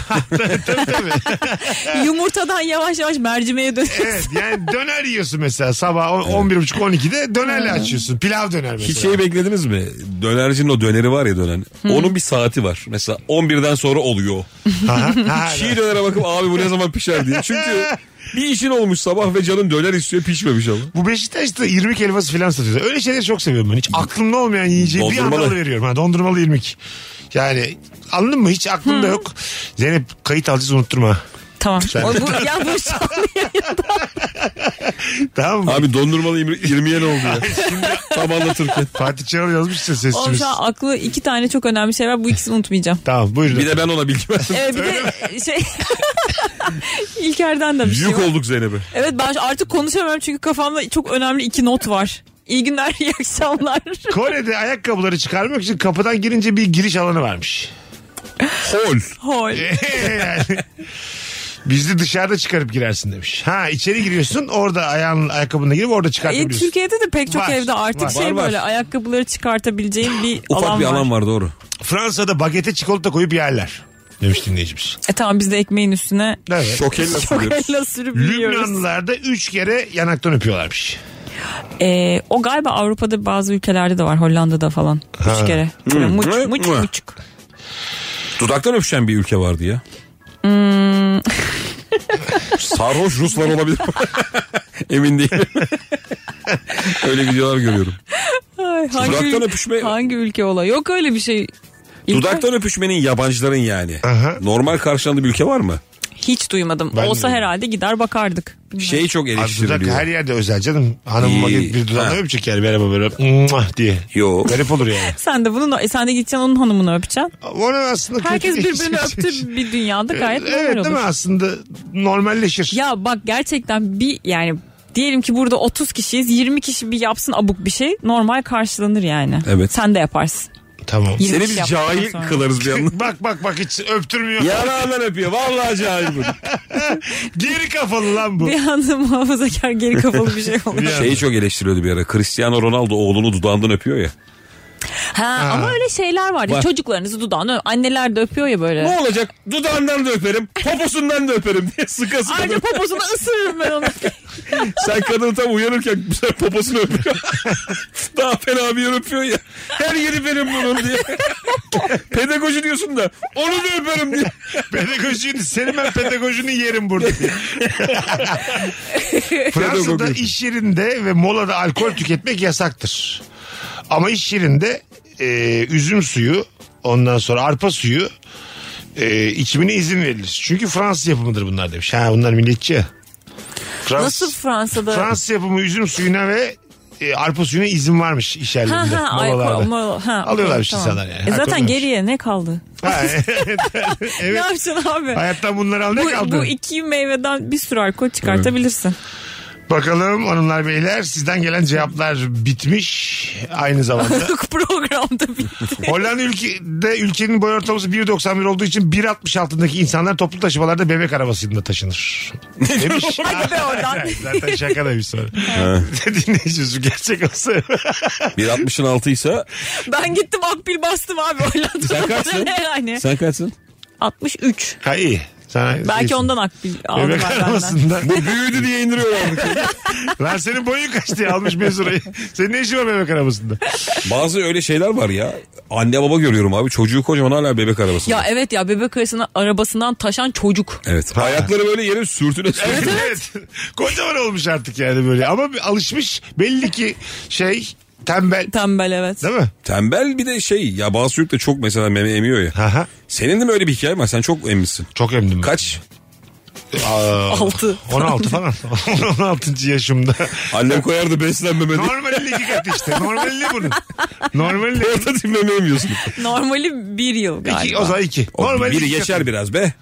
Yumurtadan yavaş yavaş mercimeğe dönüyorsun. Evet yani döner yiyorsun mesela sabah on- 11.30-12'de dönerle açıyorsun. Pilav döner mesela. Hiç şey beklediniz mi? Dönercinin o döneri var ya dönen. Onun bir saati var. Mesela 11'den sonra oluyor. Ha, ha, Çiğ dönere bakıp abi bu ne zaman pişer diye. Çünkü bir işin olmuş sabah ve canın döner istiyor pişmemiş ama. Bu Beşiktaş'ta irmik helvası falan satıyorlar. Öyle şeyleri çok seviyorum ben. Hiç aklımda olmayan yiyeceği bir anda Dondurmalı. alıveriyorum. Ha, dondurmalı irmik. Yani anladın mı? Hiç aklımda yok. Zeynep kayıt alacağız unutturma. Tamam. Sen- O, bu, ya bu şu an- Tamam mı? Abi dondurmalı 20'ye ne oldu ya? Tam anlatırken. Fatih Çaral yazmışsın Oğlum sesçimiz. şu an aklı iki tane çok önemli şey var. Bu ikisini unutmayacağım. Tamam buyurun. Bir de ben ona bilgi verdim. Evet bir de şey İlker'den de bir şey Yük var. olduk Zeynep'e. Evet ben artık konuşamıyorum çünkü kafamda çok önemli iki not var. İyi günler, iyi akşamlar. Kore'de ayakkabıları çıkarmak için kapıdan girince bir giriş alanı varmış. Hol. Hol. Ee, yani. Biz de dışarıda çıkarıp girersin demiş. Ha içeri giriyorsun orada ayağın ayakkabını girip orada E, çıkartabiliyorsun. Türkiye'de de pek çok Var, evde artık var. şey Var, var. böyle ayakkabıları çıkartabileceğin bir Ufak alan bir var. alan var doğru. Fransa'da bagete çikolata koyup yerler. Demiş dinleyicimiz. E tamam biz de ekmeğin üstüne Evet. Şokelle sürüyoruz. şokayla sürüp yiyoruz. Lübnanlılar da 3 kere yanaktan öpüyorlarmış. E, o galiba Avrupa'da bazı ülkelerde de var. Hollanda'da falan. Ha. Üç kere. Böyle Hmm. muç Mı? muç Mı? muç. Dudaktan öpüşen bir ülke vardı ya. Hmm. Sarhoş Ruslar olabilir. Emin değilim. Öyle videolar görüyorum. Ay, hangi, Dudaktan ül- öpüşme- Hangi ülke olay? Yok öyle bir şey. İlker, Dudaktan öpüşmenin yabancıların yani. Aha. Normal karşılandığı bir ülke var mı? Hiç duymadım. Ben Olsa de- herhalde gider bakardık. Şey çok Abi dudak eleştiriliyor. her yerde özel canım. Hanımıma İyi. gelip bir dudağını Ha. öpecek yani. Merhaba böyle "Mwah" diye. Yo. Garip olur yani. Sen de bunun e, sen de gideceksin onun hanımını öpeceksin. Onu aslında kötü şey. Herkes değil. birbirini öptü bir dünyada gayet Evet normal değil mi olur. aslında normalleşir. Ya bak gerçekten bir yani diyelim ki burada 30 kişiyiz 20 kişi bir yapsın abuk bir şey normal karşılanır yani. Evet. Sen de yaparsın. Tamam. Yirmi Seni kişi biz yaptıktan cahil sonra. kılarız bir yandan. bak bak bak hiç öptürmüyor. Yanağından öpüyor. Vallahi cahil bu. Geri kafalı lan bu. Bir anda muhafazakar geri kafalı bir şey olur. Bir Şeyi çok eleştiriyordu bir ara. Cristiano Ronaldo oğlunu dudağından öpüyor ya. Ha, ama öyle şeyler var. ya, Var. Çocuklarınızı dudağını öp- anneler de öpüyor ya böyle. Ne olacak? Dudağından da öperim. Poposundan da öperim diye sıkı sıkı. Ayrıca poposunu ısırırım ben onu. Sen kadını tam uyanırken bu sefer poposunu öpüyor. Daha fena bir yer öpüyor ya. Her yeri benim bunun diye. Pedagoji diyorsun da onu da öperim diye. Pedagojini senin ben pedagojini yerim burada. Fransa'da Pedagog. iş yerinde ve molada alkol tüketmek yasaktır. Ama iş yerinde e, üzüm suyu ondan sonra arpa suyu e, içimine izin verilir. Çünkü Fransız yapımıdır bunlar demiş. Ha bunlar milliyetçi. ya. Frans, Nasıl Fransa'da? Fransız yapımı üzüm suyuna ve e, arpa suyuna izin varmış iş yerlerinde. Ha ha alkol- molalarda. mola- ha, Alıyorlar okey, işte insanlar yani. E Alkol zaten var. geriye ne kaldı? Ha, e. evet. Ne evet. yapacaksın abi? Hayattan bunları al ne bu, kaldı? bu iki meyveden bir sürü alkol çıkartabilirsin. Bakalım hanımlar beyler sizden gelen cevaplar bitmiş. Aynı zamanda Programda bitti. Hollanda ülkede ülkenin boy ortalaması 1.91 olduğu için 1.60 altındaki insanlar toplu taşımalarda bebek arabasıyla taşınır. Demiş. Hadi be oradan. Hayır, Zaten şaka da bir soru. Dinleyeceğiz bu gerçek olsa. 1.60'ın altıysa ben gittim akbil bastım abi Hollanda'da. Sen kaçsın? Yani. sen kaçsın? 63. ha iyi. Sana Belki iyisin. ondan akbil aldılar Bebek benden. arabasında. Bu büyüdü diye indiriyor Lan senin boyun kaç diye almış mezurayı. Senin ne işin var bebek arabasında? Bazı öyle şeyler var ya. Anne baba görüyorum abi. Çocuğu kocaman hala bebek arabasında. Ya evet ya bebek arasına arabasından taşan çocuk. Evet. Ayakları böyle yere sürtüne sürtüne. evet. Kocaman olmuş artık yani böyle. Ama bir alışmış belli ki şey tembel. Tembel evet. Değil mi? Tembel bir de şey ya bazı çocuk da çok mesela meme emiyor ya. Aha. Senin de mi öyle bir hikayen var? Sen çok emmişsin. Çok emdim. ben. Kaç? Aa, Altı. 16 falan. 16. yaşımda. Annem koyardı beslenmeme diye. Normali ne kat işte. Normali ne bunun? Normali ne? Orada dinleme yemiyorsun. Normali bir yıl galiba. İki, o zaman 2. O biri geçer. geçer biraz be.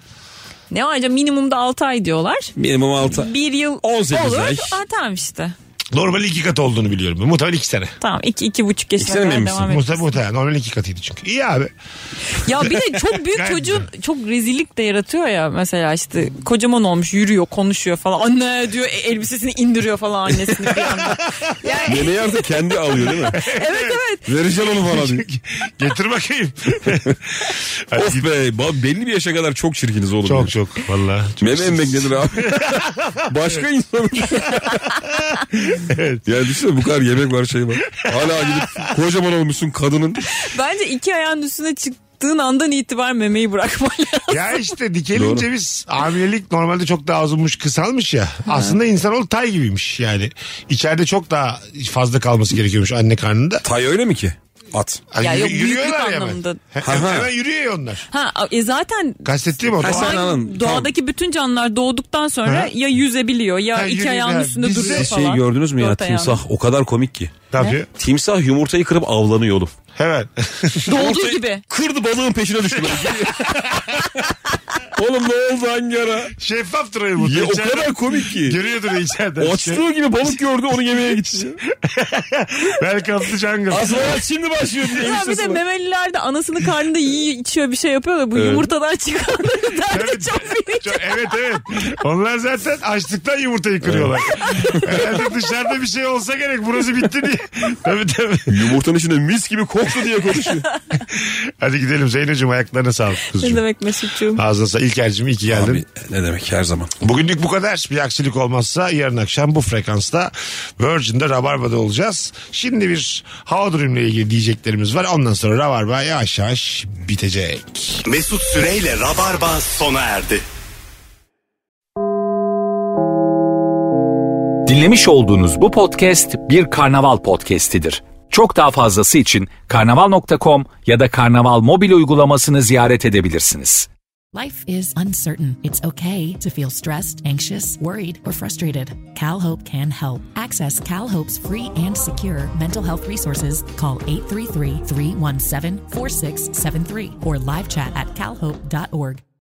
Ne ayrıca minimumda 6 ay diyorlar. Minimum 6. Bir yıl 18 olur. ay. Aa, tamam işte. Normali 2 kat olduğunu biliyorum. Muhtemelen 2 sene. Tamam 2 iki, iki buçuk yaşına İki sene kadar miymişsin? devam Muhtemelen, edeceksin. muhtemelen. Normali 2 katıydı çünkü. İyi abi. Ya bir de çok büyük Gayet çocuğun çok rezillik de yaratıyor ya mesela işte kocaman olmuş yürüyor konuşuyor falan anne diyor e, elbisesini indiriyor falan annesini bir anda. Yani, Beni artık kendi alıyor değil mi? evet evet Vereceğim onu bana diyor. Getir bakayım. Hadi Of git. be ba- belli bir yaşa kadar çok çirkiniz oğlum. çok ya. çok. Valla. Meme emmek nedir abi? Başka insan. Evet. Ya düşünsene bu kadar yemek var şey var. Hala gidip kocaman olmuşsun kadının. bence iki ayağın üstüne çıktığın andan itibaren memeyi bırakma lazım. Ya işte dikelince Doğru. biz hamilelik normalde çok daha uzunmuş kısalmış ya. Aslında insanoğlu tay gibiymiş yani. İçeride çok daha fazla kalması gerekiyormuş anne karnında. Tay öyle mi ki? At. Hani Ya yürü- yok, büyüklük yürüyorlar ya hemen. anlamında. He- Ha, ha. Hemen yürüyor ya onlar. Ha e, zaten Kastettiğim o. Ha, sen Doğal- anladın. doğadaki bütün canlılar doğduktan sonra Ha. ya yüzebiliyor ya Ha, iki yürüyor. ayağın üstünde Biz duruyor de falan. Şey gördünüz mü ya Dört ayağın. timsah o kadar komik ki. Ne yapıyor? Timsah yumurtayı kırıp avlanıyor oğlum. Hemen. Doğduğu gibi. Kırdı balığın peşine düştü. oğlum ne oldu hangi ara? Şeffaf duruyor bu. Ya, o İçeride- kadar komik ki. Görüyordur ya içeriden. Açtığı gibi balık gördü onu yemeye gitti. Welcome to jungle. Aslında şimdi başlıyor diye. Ya bir de memeliler de anasını karnında yiyor içiyor bir şey yapıyor da bu Evet. yumurtadan çıkanların derdi Evet. çok büyük. Çok- evet evet. Onlar zaten açlıktan yumurtayı kırıyorlar. Herhalde dışarıda bir şey olsa gerek burası bitti diye. tabii tabii. Yumurtanın içinde mis gibi koktu diye konuşuyor. Hadi gidelim Zeyno'cum ayaklarına sağlık Ne kızcığım. demek Mesut'cuğum? Ağzına sağlık. İlk ercim iyi ki geldin. Abi ne demek her zaman. Bugünlük bu kadar. Bir aksilik olmazsa yarın akşam bu frekansta Virgin'de Rabarba'da olacağız. Şimdi bir hava durumuyla ilgili diyeceklerimiz var. Ondan sonra Rabarba yavaş yavaş bitecek. Mesut Süreyle Rabarba sona erdi. Dinlemiş olduğunuz bu podcast bir karnaval podcastidir. Çok daha fazlası için karnaval.com ya da karnaval mobil uygulamasını ziyaret edebilirsiniz. Life is uncertain. It's okay to feel stressed, anxious, worried, or frustrated. CalHope can help. Access CalHope's free and secure mental health resources. Call 833 317 4673 or live chat at calhope.org.